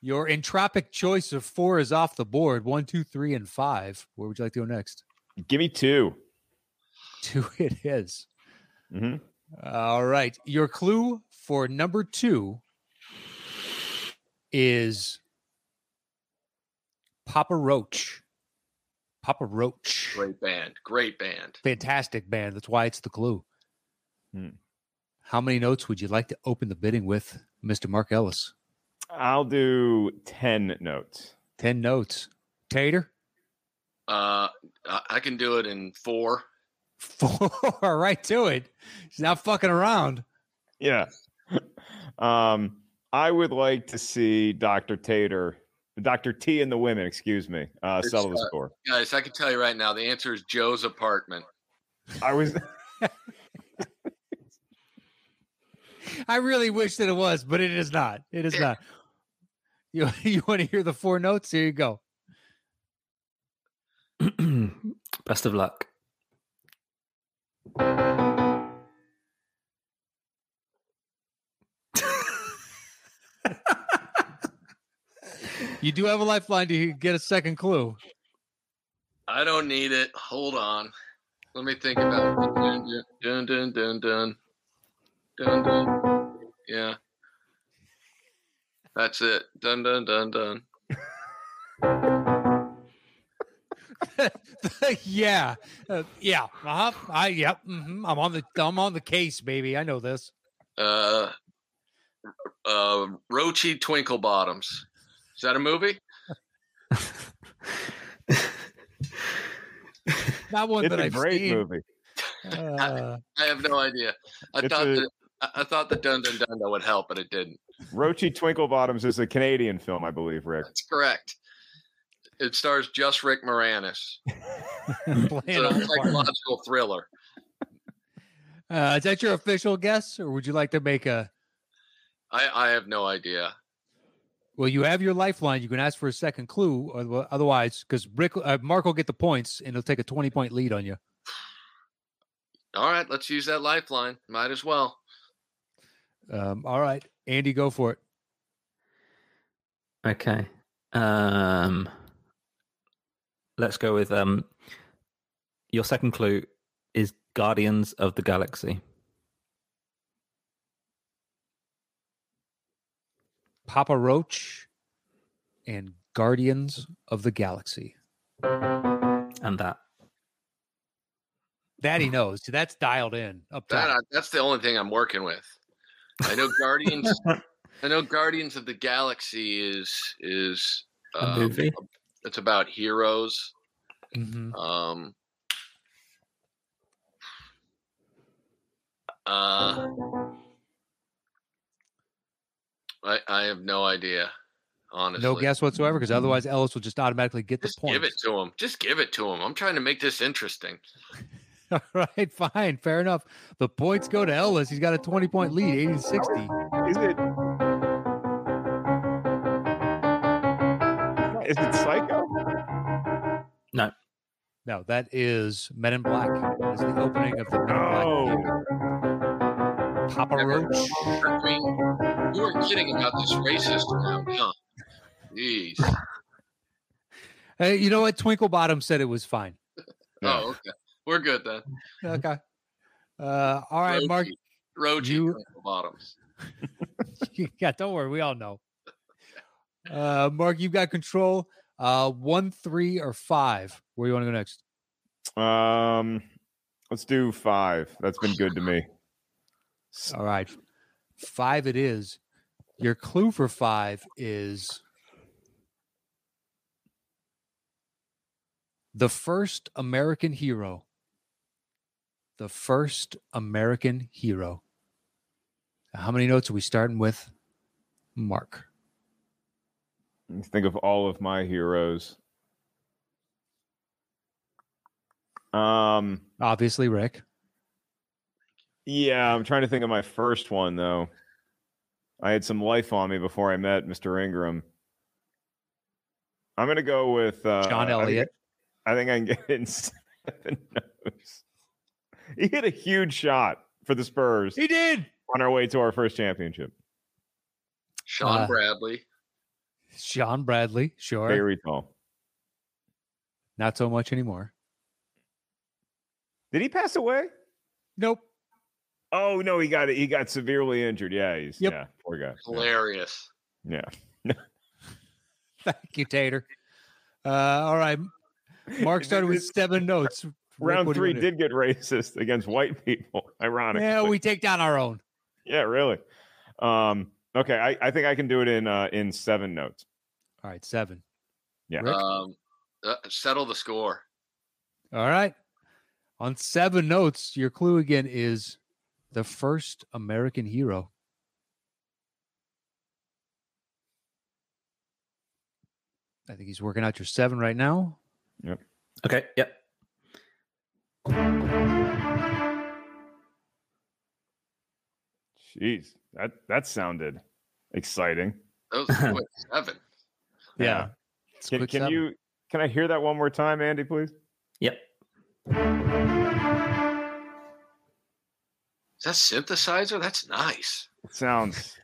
Speaker 2: Your entropic choice of four is off the board. One, two, three, and five. Where would you like to go next?
Speaker 4: give me 2
Speaker 2: Two, it is.
Speaker 4: Mm-hmm.
Speaker 2: All right. Your clue for number two is Papa Roach. Papa Roach.
Speaker 5: Great band. Great band.
Speaker 2: Fantastic band. That's why it's the clue.
Speaker 4: Hmm.
Speaker 2: How many notes would you like to open the bidding with, Mr. Mark Ellis?
Speaker 4: I'll do ten notes.
Speaker 2: 10 notes. Tater?
Speaker 5: Uh, I I can do it in four.
Speaker 2: Four. right to it. She's not fucking around.
Speaker 4: Yeah. um, I would like to see Doctor Tater, Doctor T, and the women. Excuse me. Uh,
Speaker 5: It's,
Speaker 4: settle the
Speaker 5: uh,
Speaker 4: score.
Speaker 5: Guys, I can tell you right now the answer is Joe's apartment.
Speaker 4: I was.
Speaker 2: I really wish that it was, but it is not. It is
Speaker 5: Yeah.
Speaker 2: not. You, you want to hear the four notes? Here you go.
Speaker 3: Best of luck.
Speaker 2: You do have a lifeline to get a second clue.
Speaker 5: I don't need it. Hold on. Let me think about it. Dun, dun, dun, dun, dun. Dun, dun. Yeah. That's it. Dun, dun, dun, dun.
Speaker 2: yeah, Uh, yeah, uh-huh. I yep. mhm. I'm on the I'm on the case, baby. I know this.
Speaker 5: uh, uh, Roachy Twinkle Bottoms. Is that a movie?
Speaker 2: Not one
Speaker 4: It's
Speaker 2: that
Speaker 4: a
Speaker 2: I've
Speaker 4: great
Speaker 2: seen.
Speaker 4: movie.
Speaker 2: Uh,
Speaker 5: I have no idea. I
Speaker 4: It's
Speaker 5: thought
Speaker 4: a-
Speaker 5: that I I thought that Dun Dun Dun Dun would help, but it didn't.
Speaker 4: Roachy Twinkle Bottoms is a Canadian film, I believe. Rick.
Speaker 5: That's correct. It stars just Rick Moranis. It's
Speaker 2: playing
Speaker 5: a
Speaker 2: on part.
Speaker 5: psychological thriller.
Speaker 2: uh, is that your official guess, or would you like to make a?
Speaker 5: I, I have no idea.
Speaker 2: Well, you have your lifeline. You can ask for a second clue, or well, otherwise, because Rick uh, Mark will get the points, and he'll take a twenty point lead on you.
Speaker 5: All right, let's use that lifeline. Might as well.
Speaker 2: Um, all right, Andy, go for it.
Speaker 3: Okay. Um let's go with um your second clue is Guardians of the Galaxy.
Speaker 2: Papa Roach and Guardians of the Galaxy.
Speaker 3: And that.
Speaker 2: That he knows. See, That's dialed in up
Speaker 5: Mm. That,
Speaker 2: top.
Speaker 5: I- that's the only thing I'm working with. I know Guardians. I know Guardians of the Galaxy is is
Speaker 3: A
Speaker 5: um,
Speaker 3: movie?
Speaker 5: It's about heroes.
Speaker 2: Mhm.
Speaker 5: Um, uh, I I have no idea. Honestly, Mm.
Speaker 2: No guess whatsoever, because otherwise Ellis will just automatically get the
Speaker 5: Just
Speaker 2: point.
Speaker 5: give it to him. Just give it to him. I'm trying to make this interesting.
Speaker 2: All right, fine, fair enough. The points go to Ellis. He's got a 20 point lead, 80 to 60.
Speaker 4: Is it? Is it Psycho?
Speaker 2: No, that is Men in Black. That's the opening of the Men in Black.
Speaker 4: No.
Speaker 2: Papa
Speaker 5: Never.
Speaker 2: Roach.
Speaker 5: I mean, you were kidding about this racist round, huh? Jeez.
Speaker 2: Hey, you know what? Twinkle Bottom said it was fine.
Speaker 4: Yeah.
Speaker 5: Oh, okay. We're good then. Mm-hmm.
Speaker 2: Okay. Uh, all right, Mark.
Speaker 5: Roji
Speaker 2: you-
Speaker 5: bottoms.
Speaker 2: yeah, don't worry. We all know. Uh, Mark, you've got control. Uh, one, three, or five. Where you want to go next?
Speaker 4: Um, let's do five. That's been good to me.
Speaker 2: All right. Five it is. Your clue for five is the first American hero. The first American hero. How many notes are we starting with? Mark.
Speaker 4: Think of all of my heroes. Um,
Speaker 2: Obviously, Rick.
Speaker 4: yeah, I'm trying to think of my first one though. I had some life on me before I met Mr. Ingram. I'm gonna go with uh,
Speaker 2: John
Speaker 4: I think-
Speaker 2: Elliott.
Speaker 4: I think I can get it in seven notes. He hit a huge shot for the Spurs
Speaker 2: He did.
Speaker 4: on our way to our first championship.
Speaker 5: Sean
Speaker 2: Uh,
Speaker 5: Bradley.
Speaker 2: Sean Bradley. Sure.
Speaker 4: Very tall.
Speaker 2: Not so much anymore.
Speaker 4: Did he pass away?
Speaker 2: Nope.
Speaker 4: Oh no, he got he got severely injured. Yeah, he's
Speaker 2: Yep.
Speaker 4: yeah, poor guy. Yeah.
Speaker 5: Hilarious.
Speaker 4: Yeah.
Speaker 2: Thank you, Tater. Uh, all right. Mark started with seven notes. Rick,
Speaker 4: Round
Speaker 2: what do you
Speaker 4: three
Speaker 2: wanna do?
Speaker 4: did get racist against white people. Ironic.
Speaker 2: Yeah,
Speaker 4: but-
Speaker 2: we take down our own.
Speaker 4: yeah, really. Um, okay, I, I think I can do it in uh, in seven notes.
Speaker 2: All right, seven.
Speaker 4: Yeah.
Speaker 2: Rick?
Speaker 5: Um, uh, settle the score.
Speaker 2: All right. On seven notes, your clue again is the first American hero. I think he's working out your seven right now.
Speaker 3: Okay. Yep.
Speaker 4: Jeez, that that sounded exciting.
Speaker 5: That was a quick Oh, seven.
Speaker 2: It's
Speaker 4: Can,
Speaker 2: quick
Speaker 4: can
Speaker 2: seven.
Speaker 4: you can I hear that one more time, Andy, please?
Speaker 3: Yep.
Speaker 5: Is that synthesizer? That's nice.
Speaker 4: It sounds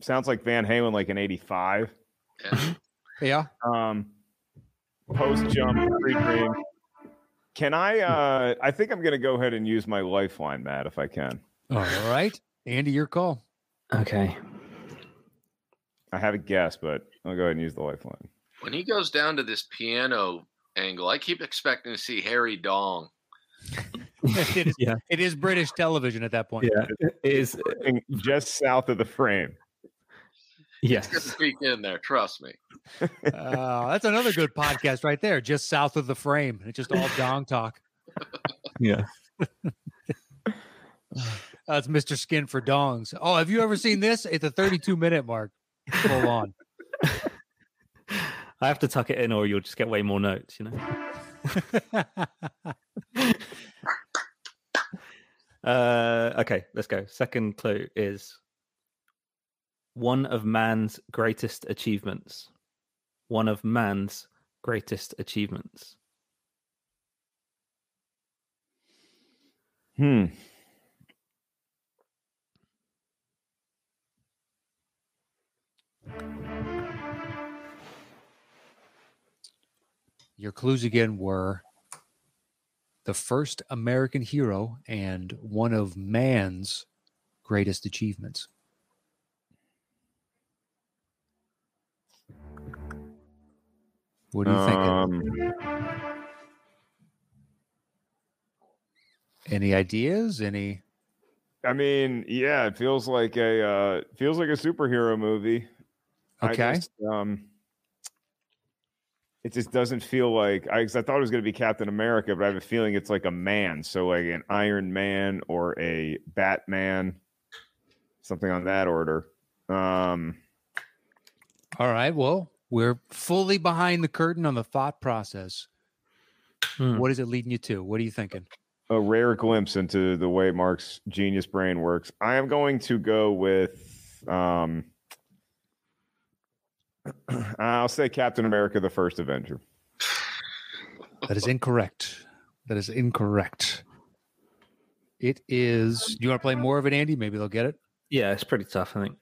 Speaker 4: sounds like Van Halen, like an '85.
Speaker 2: Mm-hmm.
Speaker 5: Yeah.
Speaker 2: Yeah.
Speaker 4: Um, post jump, free dream. Can I? Uh, I think I'm going to go ahead and use my lifeline, Matt, if I can.
Speaker 2: All right. Andy, your call.
Speaker 3: Okay.
Speaker 4: I had a guess, but I'll go ahead and use the lifeline.
Speaker 5: When he goes down to this piano angle, I keep expecting to see Harry Dong.
Speaker 2: it, is,
Speaker 3: Yeah.
Speaker 2: it is British television at that point.
Speaker 3: Yeah. It is. uh,
Speaker 4: And just south of the frame.
Speaker 5: Just
Speaker 3: Yes.
Speaker 5: sneak in there. Trust me.
Speaker 2: Uh, that's another good podcast right there, just south of the frame. It's just all dong talk.
Speaker 3: Yeah.
Speaker 2: That's Mr. Uh, Skin for dongs. Oh, have you ever seen this? It's a 32 minute mark, full on.
Speaker 3: I have to tuck it in, or you'll just get way more notes. You know. Uh, okay. Let's go. Second clue is one of man's greatest achievements. One of man's greatest achievements.
Speaker 4: Hmm.
Speaker 2: Your clues again were the first American hero and one of man's greatest achievements. What do you think?
Speaker 4: Um,
Speaker 2: Any ideas? Any?
Speaker 4: I mean, yeah, it feels like a uh, feels like a superhero movie. I
Speaker 2: Okay.
Speaker 4: just, um, it just doesn't feel like I, 'cause I thought it was going to be Captain America, but I have a feeling it's like a man, so like an Iron Man or a Batman, something on that order. Um,
Speaker 2: All right. Well, we're fully behind the curtain on the thought process.
Speaker 3: Hmm.
Speaker 2: What is it leading you to? What are you thinking?
Speaker 4: a rare glimpse into the way Mark's genius brain works. I am going to go with um I'll say Captain America the First Avenger.
Speaker 2: That is incorrect. That is incorrect. It is. Do you want to play more of it, Andy? Maybe they'll get it.
Speaker 3: Yeah, it's pretty tough. I think.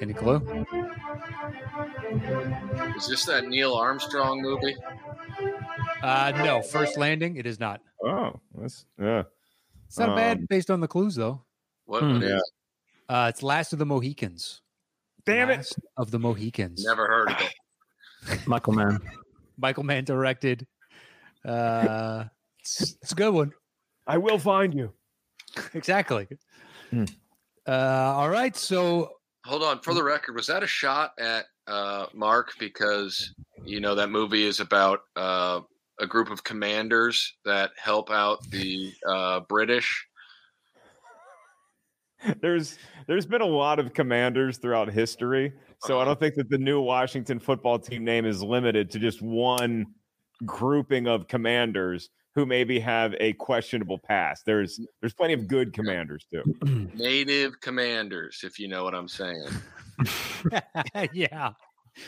Speaker 2: Any clue?
Speaker 5: Is this that Neil Armstrong movie?
Speaker 2: Uh, no. First landing, it is not.
Speaker 4: Oh, that's yeah.
Speaker 2: It's not
Speaker 4: Um,
Speaker 2: bad based on the clues though.
Speaker 5: What?
Speaker 3: Hmm.
Speaker 5: what is-
Speaker 4: Yeah.
Speaker 2: Uh, it's Last of the Mohicans.
Speaker 4: Damn it!
Speaker 2: Last Of the Mohicans.
Speaker 5: Never heard of it.
Speaker 3: Michael Mann.
Speaker 2: Michael Mann directed. Uh, it's, it's a good one.
Speaker 4: I will find you.
Speaker 2: Exactly.
Speaker 4: Hmm.
Speaker 2: Uh, all right. So
Speaker 5: Hold on. For the record, was that a shot at uh, Mark? Because you know that movie is about uh, a group of commanders that help out the uh, British.
Speaker 4: There's there's been a lot of commanders throughout history, so I don't think that the new Washington football team name is limited to just one grouping of commanders who maybe have a questionable past. There's there's plenty of good commanders too.
Speaker 5: Native commanders, if you know what I'm saying.
Speaker 2: yeah,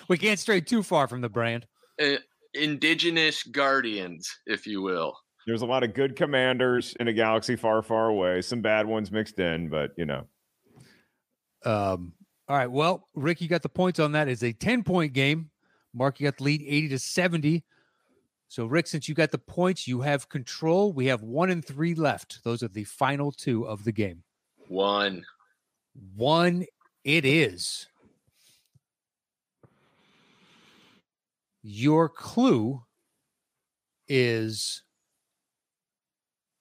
Speaker 2: we can't stray too far from the brand.
Speaker 5: Uh, indigenous guardians, if you will.
Speaker 4: There's a lot of good commanders in a galaxy far, far away. Some bad ones mixed in, but you know.
Speaker 2: Um, all right. Well, Rick, you got the points on that. It's a ten point game. Mark, you got the lead, eighty to seventy. So, Rick, since you got the points, you have control. We have one and three left. Those are the final two of the game.
Speaker 5: One.
Speaker 2: One, it is. Your clue is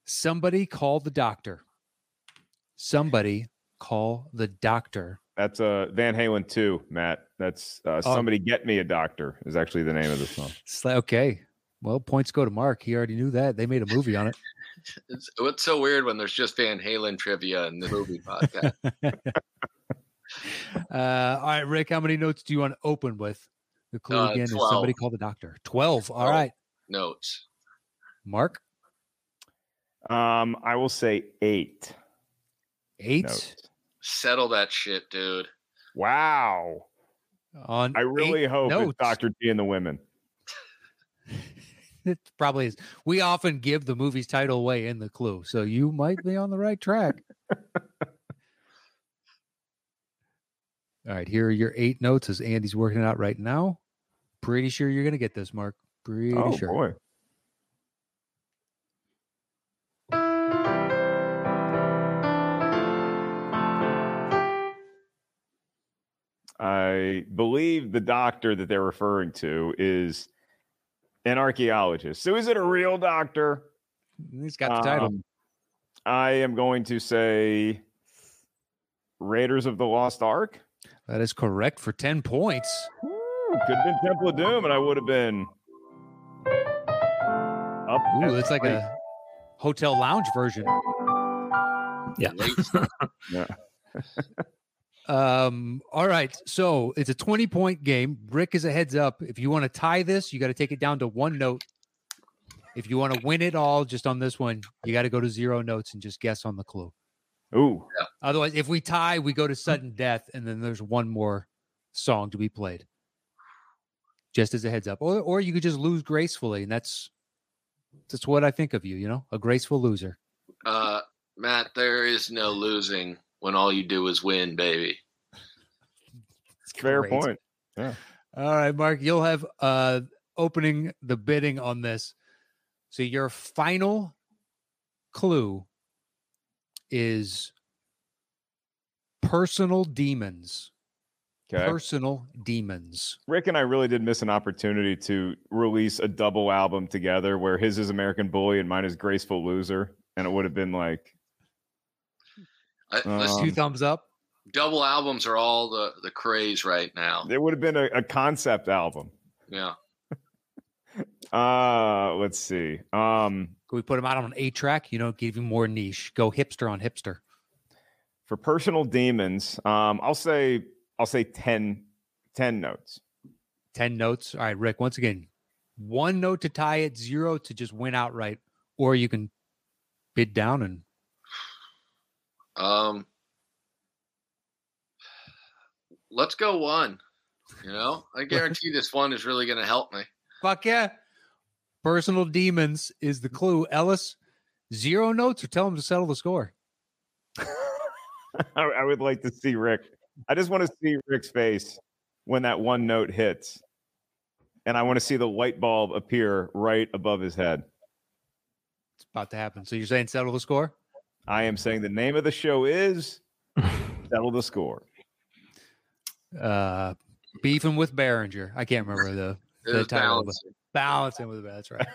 Speaker 2: somebody call the doctor. Somebody call the doctor.
Speaker 4: That's uh Van Halen too, Matt. That's uh, somebody get me a doctor is actually the name of the song.
Speaker 2: It's like, okay. Well, points go to Mark. He already knew that. They made a movie on it.
Speaker 5: It's, it's so weird when there's just Van Halen trivia in the movie podcast.
Speaker 2: Uh, all right, Rick, how many notes do you want to open with? The clue
Speaker 5: Uh,
Speaker 2: again is
Speaker 5: 12.
Speaker 2: somebody call the doctor. 12. All
Speaker 5: Twelve.
Speaker 2: right,
Speaker 5: Notes.
Speaker 2: Mark,
Speaker 4: Um, I will say eight.
Speaker 2: eight
Speaker 4: notes.
Speaker 5: Settle that shit, dude.
Speaker 4: Wow.
Speaker 2: on.
Speaker 4: I
Speaker 2: eight
Speaker 4: really hope
Speaker 2: notes.
Speaker 4: it's Dr. T and the women.
Speaker 2: It probably is. We often give the movie's title away in the clue, so you might be on the right track. All right, here are your eight notes as Andy's working it out right now. Pretty sure you're going to get this, Mark. Pretty
Speaker 4: oh
Speaker 2: sure.
Speaker 4: boy. I believe the doctor that they're referring to is an archaeologist. So is it a real doctor?
Speaker 2: He's got the title.
Speaker 4: Um, I am going to say Raiders of the Lost Ark.
Speaker 2: that is correct for 10 points.
Speaker 4: Ooh, Could have been Temple of Doom, and I would have been up.
Speaker 2: Ooh,
Speaker 4: at
Speaker 2: that's like
Speaker 4: three.
Speaker 2: a hotel lounge version.
Speaker 3: Yeah.
Speaker 5: Late
Speaker 2: Um, all right. So it's a 20 point game. Rick is a heads up. If you want to tie this, you got to take it down to one note. If you want to win it all just on this one, you got to go to zero notes and just guess on the clue.
Speaker 4: Ooh,
Speaker 2: Otherwise, if we tie, we go to sudden death, and then there's one more song to be played. Just as a heads up. Or or you could just lose gracefully, and that's that's what I think of you, you know, a graceful loser.
Speaker 5: Uh, Matt, there is no losing when all you do is win, baby.
Speaker 4: fair
Speaker 2: Great.
Speaker 4: point.
Speaker 2: All right, Mark, you'll have uh opening the bidding on this. So your final clue is personal demons.
Speaker 4: Okay.
Speaker 2: Personal demons.
Speaker 4: Rick and I really did miss an opportunity to release a double album together where his is American Bully and mine is Graceful Loser. And it would have been like,
Speaker 5: I, listen,
Speaker 4: Um,
Speaker 2: Two thumbs up.
Speaker 5: double albums are all the, the craze right now.
Speaker 4: it would have been a, a concept album.
Speaker 5: Yeah.
Speaker 4: Uh, let's see. Um,
Speaker 2: Could we put them out on an eight track? You know, give you more niche. Go hipster on hipster.
Speaker 4: for personal demons, um, I'll say, I'll say 10, 10 notes.
Speaker 2: 10 notes. All right, Rick, once again, one note to tie it, zero to just win outright, or you can bid down and
Speaker 5: Um, let's go one. You know, I guarantee this one is really going to help me.
Speaker 2: fuck yeah. Personal demons is the clue. Ellis, zero notes or tell him to settle the score.
Speaker 4: I, I would like to see Rick I just want to see Rick's face when that one note hits, and I want to see the light bulb appear right above his head.
Speaker 2: It's about to happen. So you're saying settle the score?
Speaker 4: I am saying the name of the show is Settle the Score.
Speaker 2: Uh, beefing with Behringer. I can't remember the
Speaker 5: It
Speaker 2: The
Speaker 5: was
Speaker 2: title of
Speaker 5: balanced.
Speaker 2: balancing with the That's right.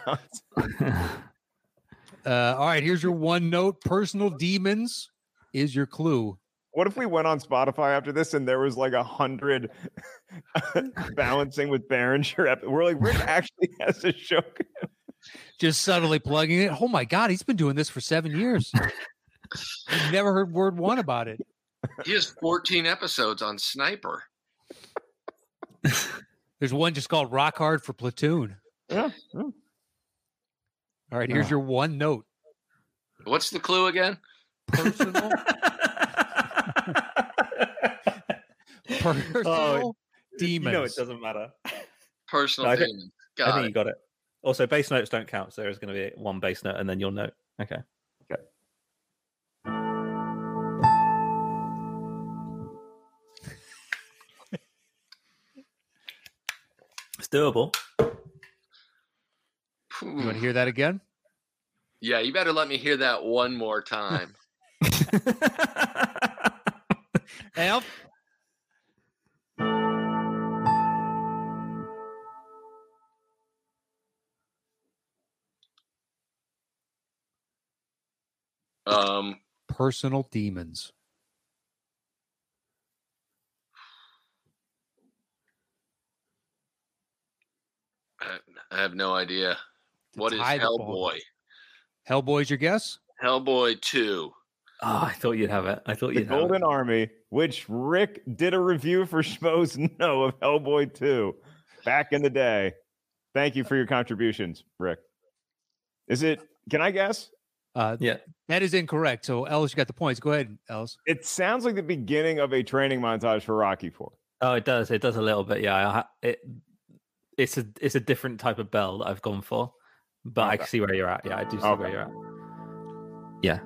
Speaker 2: Uh, all right. Here's your one note. Personal demons is your clue.
Speaker 4: What if we went on Spotify after this and there was like a hundred balancing with Behringer? ep- We're like, Rick actually has a show.
Speaker 2: Just subtly plugging it. Oh my God, he's been doing this for seven years. I've never heard word one about it.
Speaker 5: He has 14 episodes on Sniper.
Speaker 2: There's one just called Rock Hard for Platoon.
Speaker 4: Yeah, yeah.
Speaker 2: All right. Here's
Speaker 3: Ah.
Speaker 2: your one note.
Speaker 5: What's the clue again?
Speaker 2: Personal. personal demons.
Speaker 3: You know it doesn't matter.
Speaker 5: Personal
Speaker 3: No, I think-
Speaker 5: demon.
Speaker 3: I
Speaker 5: Got
Speaker 3: think
Speaker 5: it.
Speaker 3: you got it. Also, bass notes don't count. So there's going to be one bass note and then your note. Okay. It's doable. Hmm.
Speaker 5: Phew.
Speaker 2: You want to hear that again?
Speaker 5: Yeah, you better let me hear that one more time.
Speaker 2: Elf.
Speaker 5: um,
Speaker 2: Personal demons.
Speaker 5: I, I have no idea. What is
Speaker 2: tie the ball.
Speaker 5: Hellboy?
Speaker 2: Hellboy's your guess?
Speaker 5: Hellboy 2.
Speaker 3: Oh, I thought you'd have it. I thought
Speaker 4: The
Speaker 3: you'd have
Speaker 4: Golden
Speaker 3: it.
Speaker 4: Army, which Rick did a review for Schmoes No of Hellboy 2 back in the day. Thank you for your contributions, Rick. Is it, can I guess?
Speaker 2: Uh,
Speaker 3: Yeah.
Speaker 2: That is incorrect. So Ellis, you got the points. Go ahead, Ellis.
Speaker 4: It sounds like the beginning of a training montage for Rocky 4.
Speaker 3: Oh, it does. It does a little bit. Yeah. I, ha- it, it's a it's a different type of bell that I've gone for, but I
Speaker 4: Okay.
Speaker 3: can see where you're at. Yeah, I do see
Speaker 4: Okay.
Speaker 3: where you're at. Yeah.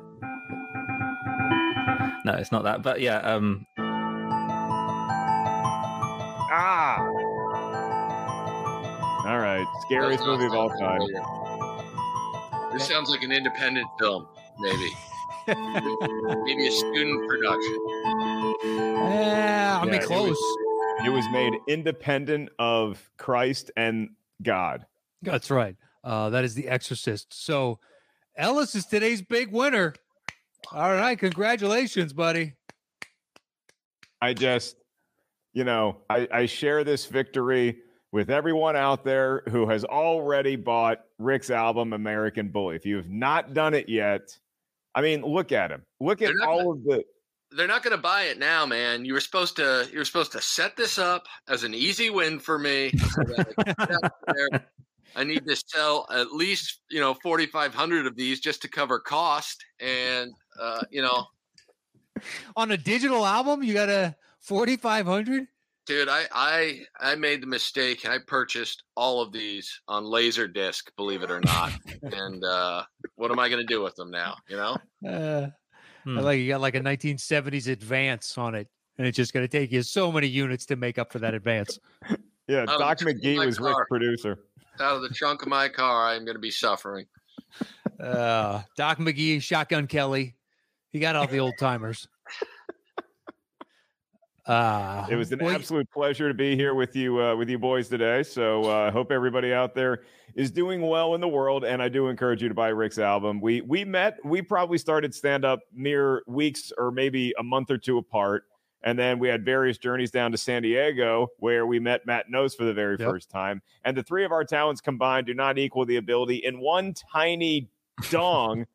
Speaker 3: No, it's not that. But yeah, um,
Speaker 4: Ah! All right. Scariest movie of all time.
Speaker 5: This sounds like an independent film, maybe. maybe a student production.
Speaker 2: Yeah, I mean,
Speaker 4: Yeah, it
Speaker 2: close.
Speaker 4: It was made independent of Christ and God.
Speaker 2: That's right. Uh, that is The Exorcist. So Ellis is today's big winner. All right, congratulations, buddy.
Speaker 4: I just, you know, I, I share this victory with everyone out there who has already bought Rick's album, American Bully. If you have not done it yet, I mean, look at him. Look at
Speaker 5: They're not
Speaker 4: all of the.
Speaker 5: They're not going to buy it now, man. You were supposed to. You were supposed to set this up as an easy win for me. so that I could get out there. I need to sell at least you know forty five hundred of these just to cover cost, and uh, you know,
Speaker 2: On a digital album, you got a 4,500?
Speaker 5: dude, I I I made the mistake. I purchased all of these on Laserdisc, believe it or not. and uh, what am I going to do with them now? You know.
Speaker 2: Uh,
Speaker 3: Hmm.
Speaker 2: I like you got like a 1970s advance on it, and it's just going to take you so many units to make up for that advance.
Speaker 4: Yeah,
Speaker 5: Oh,
Speaker 4: Doc
Speaker 5: it's in
Speaker 4: McGee
Speaker 5: my
Speaker 4: was
Speaker 5: car.
Speaker 4: Rick's producer.
Speaker 5: out of the trunk of my car, I'm going to be suffering.
Speaker 2: Uh, Doc McGee, Shotgun Kelly, he got all the old timers. Uh,
Speaker 4: It was an
Speaker 2: well,
Speaker 4: absolute pleasure to be here with you, uh, with you boys today. So uh, I hope everybody out there is doing well in the world, and I do encourage you to buy Rick's album. We we met, we probably started stand up mere weeks or maybe a month or two apart, and then we had various journeys down to San Diego where we met Matt Nose for the very
Speaker 2: Yep.
Speaker 4: first time. And the three of our talents combined do not equal the ability in one tiny dong.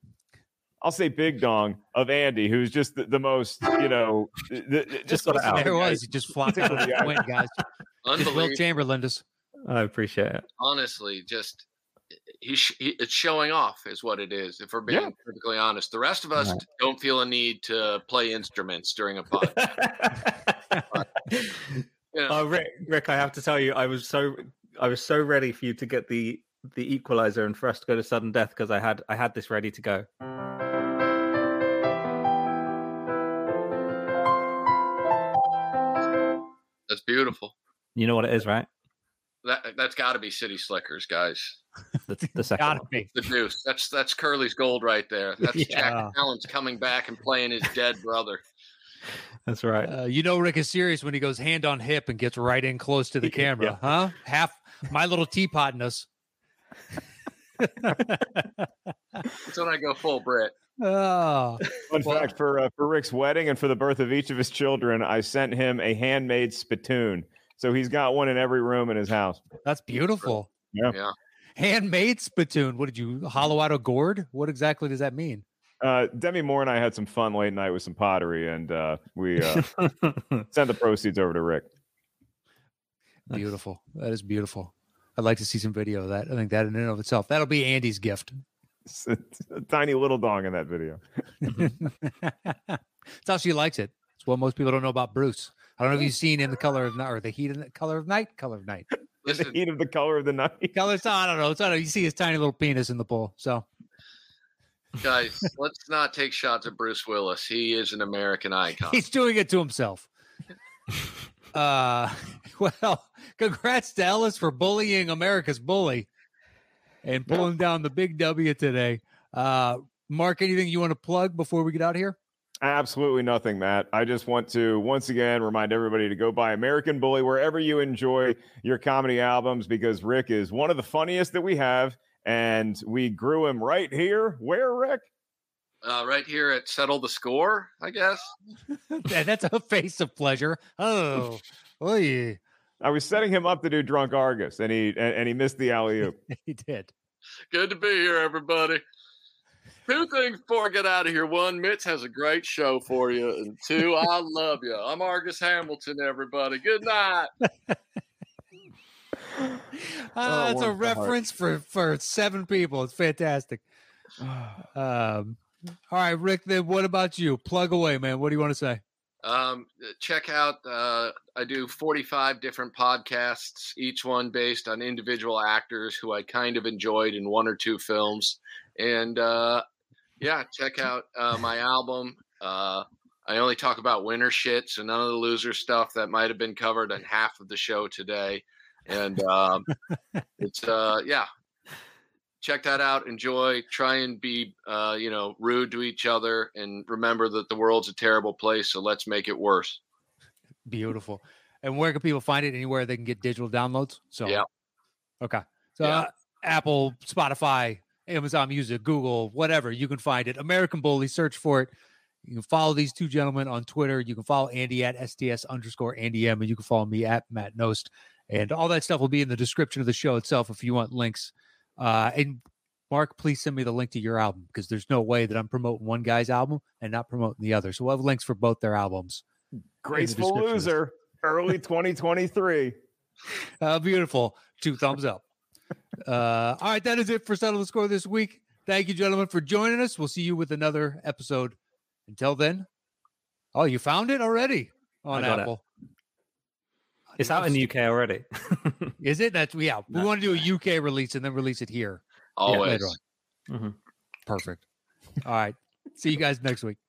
Speaker 4: I'll say big dong of Andy, who's just the, the most, you know, th- th-
Speaker 3: Just
Speaker 4: just
Speaker 3: got it out.
Speaker 2: There it
Speaker 4: guy
Speaker 2: was. He just flopped out
Speaker 4: Tickled
Speaker 2: of
Speaker 4: the
Speaker 2: the
Speaker 4: eye.
Speaker 2: wind, guys. It's Will
Speaker 5: Unbelievable.
Speaker 2: Chamberlain. Just,
Speaker 3: I appreciate it.
Speaker 5: Honestly, just he, sh- he it's showing off is what it is. If we're being
Speaker 4: Yeah.
Speaker 5: perfectly honest, the rest of us
Speaker 3: Right.
Speaker 5: don't feel a need to play instruments during a pod. Yeah.
Speaker 3: Oh, Rick, Rick, I have to tell you, I was so I was so ready for you to get the the equalizer and for us to go to sudden death because I had I had this ready to go.
Speaker 5: That's beautiful.
Speaker 3: You know what it is, right?
Speaker 5: That that's got to be City Slickers, guys.
Speaker 3: The, the second
Speaker 2: Gotta
Speaker 3: one.
Speaker 2: be.
Speaker 5: The Deuce. That's that's Curly's gold right there. That's
Speaker 2: Yeah.
Speaker 5: Jack Allen's coming back and playing his dead brother.
Speaker 3: That's right.
Speaker 2: Uh, you know Rick is serious when he goes hand on hip and gets right in close to the
Speaker 3: Yeah.
Speaker 2: camera, huh? Half my little teapot in us.
Speaker 5: That's when I go full Brit.
Speaker 2: oh,
Speaker 4: Fun
Speaker 2: Well-
Speaker 4: fact for uh, for Rick's wedding and for the birth of each of his children, I sent him a handmade spittoon. So he's got one in every room in his house.
Speaker 2: that's beautiful.
Speaker 4: Yeah.
Speaker 5: Yeah.
Speaker 2: Handmade spittoon. What did you hollow out a gourd? What exactly does that mean?
Speaker 4: Uh, Demi Moore and I had some fun late night with some pottery, and uh, we uh, sent the proceeds over to Rick.
Speaker 3: That's-
Speaker 2: Beautiful. That is beautiful. I'd like to see some video of that. I think that in and of itself, that'll be Andy's gift.
Speaker 4: It's a, it's a tiny little dong in that video.
Speaker 2: That's how she likes it. It's what most people don't know about Bruce. I don't know if you've seen in the color of night or the heat in the color of night, color of night.
Speaker 4: The
Speaker 5: Listen,
Speaker 4: heat of the color of the night.
Speaker 2: Color, so I don't know. It's, I don't know. You see his tiny little penis in the pool. So
Speaker 5: guys, let's not take shots at Bruce Willis. He is an American icon.
Speaker 2: he's doing it to himself. Uh, well, congrats to Ellis for bullying America's bully and pulling down the big W today. Uh, Mark, anything you want to plug before we get out of here?
Speaker 4: Absolutely nothing, Matt. I just want to once again remind everybody to go buy American Bully wherever you enjoy your comedy albums because Rick is one of the funniest that we have, and we grew him right here. Where, Rick?
Speaker 5: Uh, right here at Settle the Score, I guess.
Speaker 2: That- That's a face of pleasure. Oh, oh yeah,
Speaker 4: I was setting him up to do Drunk Argus, and he and, and he missed the alley oop.
Speaker 2: he did.
Speaker 5: Good to be here, everybody. Two things before I get out of here. One, Mitch has a great show for you. And two, I love you. I'm Argus Hamilton, everybody. Good night.
Speaker 2: Ah, it's a
Speaker 4: Oh, warms the heart.
Speaker 2: reference for for seven people. It's fantastic. Um, all right, Rick. Then what about you? Plug away, man. What do you want to say?
Speaker 5: Um, check out, uh, I do 45 different podcasts, each one based on individual actors who I kind of enjoyed in one or two films. And uh, yeah, check out uh, my album. Uh, I only talk about winner shit, so none of the loser stuff that might have been covered on half of the show today. And um, it's, uh, yeah. Check that out. Enjoy. Try and be, uh, you know, rude to each other, and remember that the world's a terrible place. So let's make it worse.
Speaker 2: Beautiful. And where can people find it? Anywhere they can get digital downloads. So
Speaker 5: Yeah.
Speaker 2: Okay. So
Speaker 5: Yeah.
Speaker 2: uh, Apple, Spotify, Amazon Music, Google, whatever you can find it. American Bully. Search for it. You can follow these two gentlemen on Twitter. You can follow Andy at STS underscore Andy M, and you can follow me at Matt Nost. And all that stuff will be in the description of the show itself if you want links. Uh, and Mark, please send me the link to your album because there's no way that I'm promoting one guy's album and not promoting the other. So we'll have links for both their albums.
Speaker 4: Graceful
Speaker 2: description is-
Speaker 4: loser, early 2023.
Speaker 2: Uh, beautiful. Two thumbs up. Uh, all right, that is it for Settle the Score this week. Thank you, gentlemen, for joining us. We'll see you with another episode. Until then, oh, you found it already on
Speaker 3: I got it.
Speaker 2: Apple.
Speaker 3: It's out in the UK already.
Speaker 2: Is it? That's yeah. We
Speaker 3: No.
Speaker 2: want to do a UK release and then release it here
Speaker 5: Always.
Speaker 2: later on.
Speaker 3: Mhm.
Speaker 2: Perfect. All right. See you guys next week.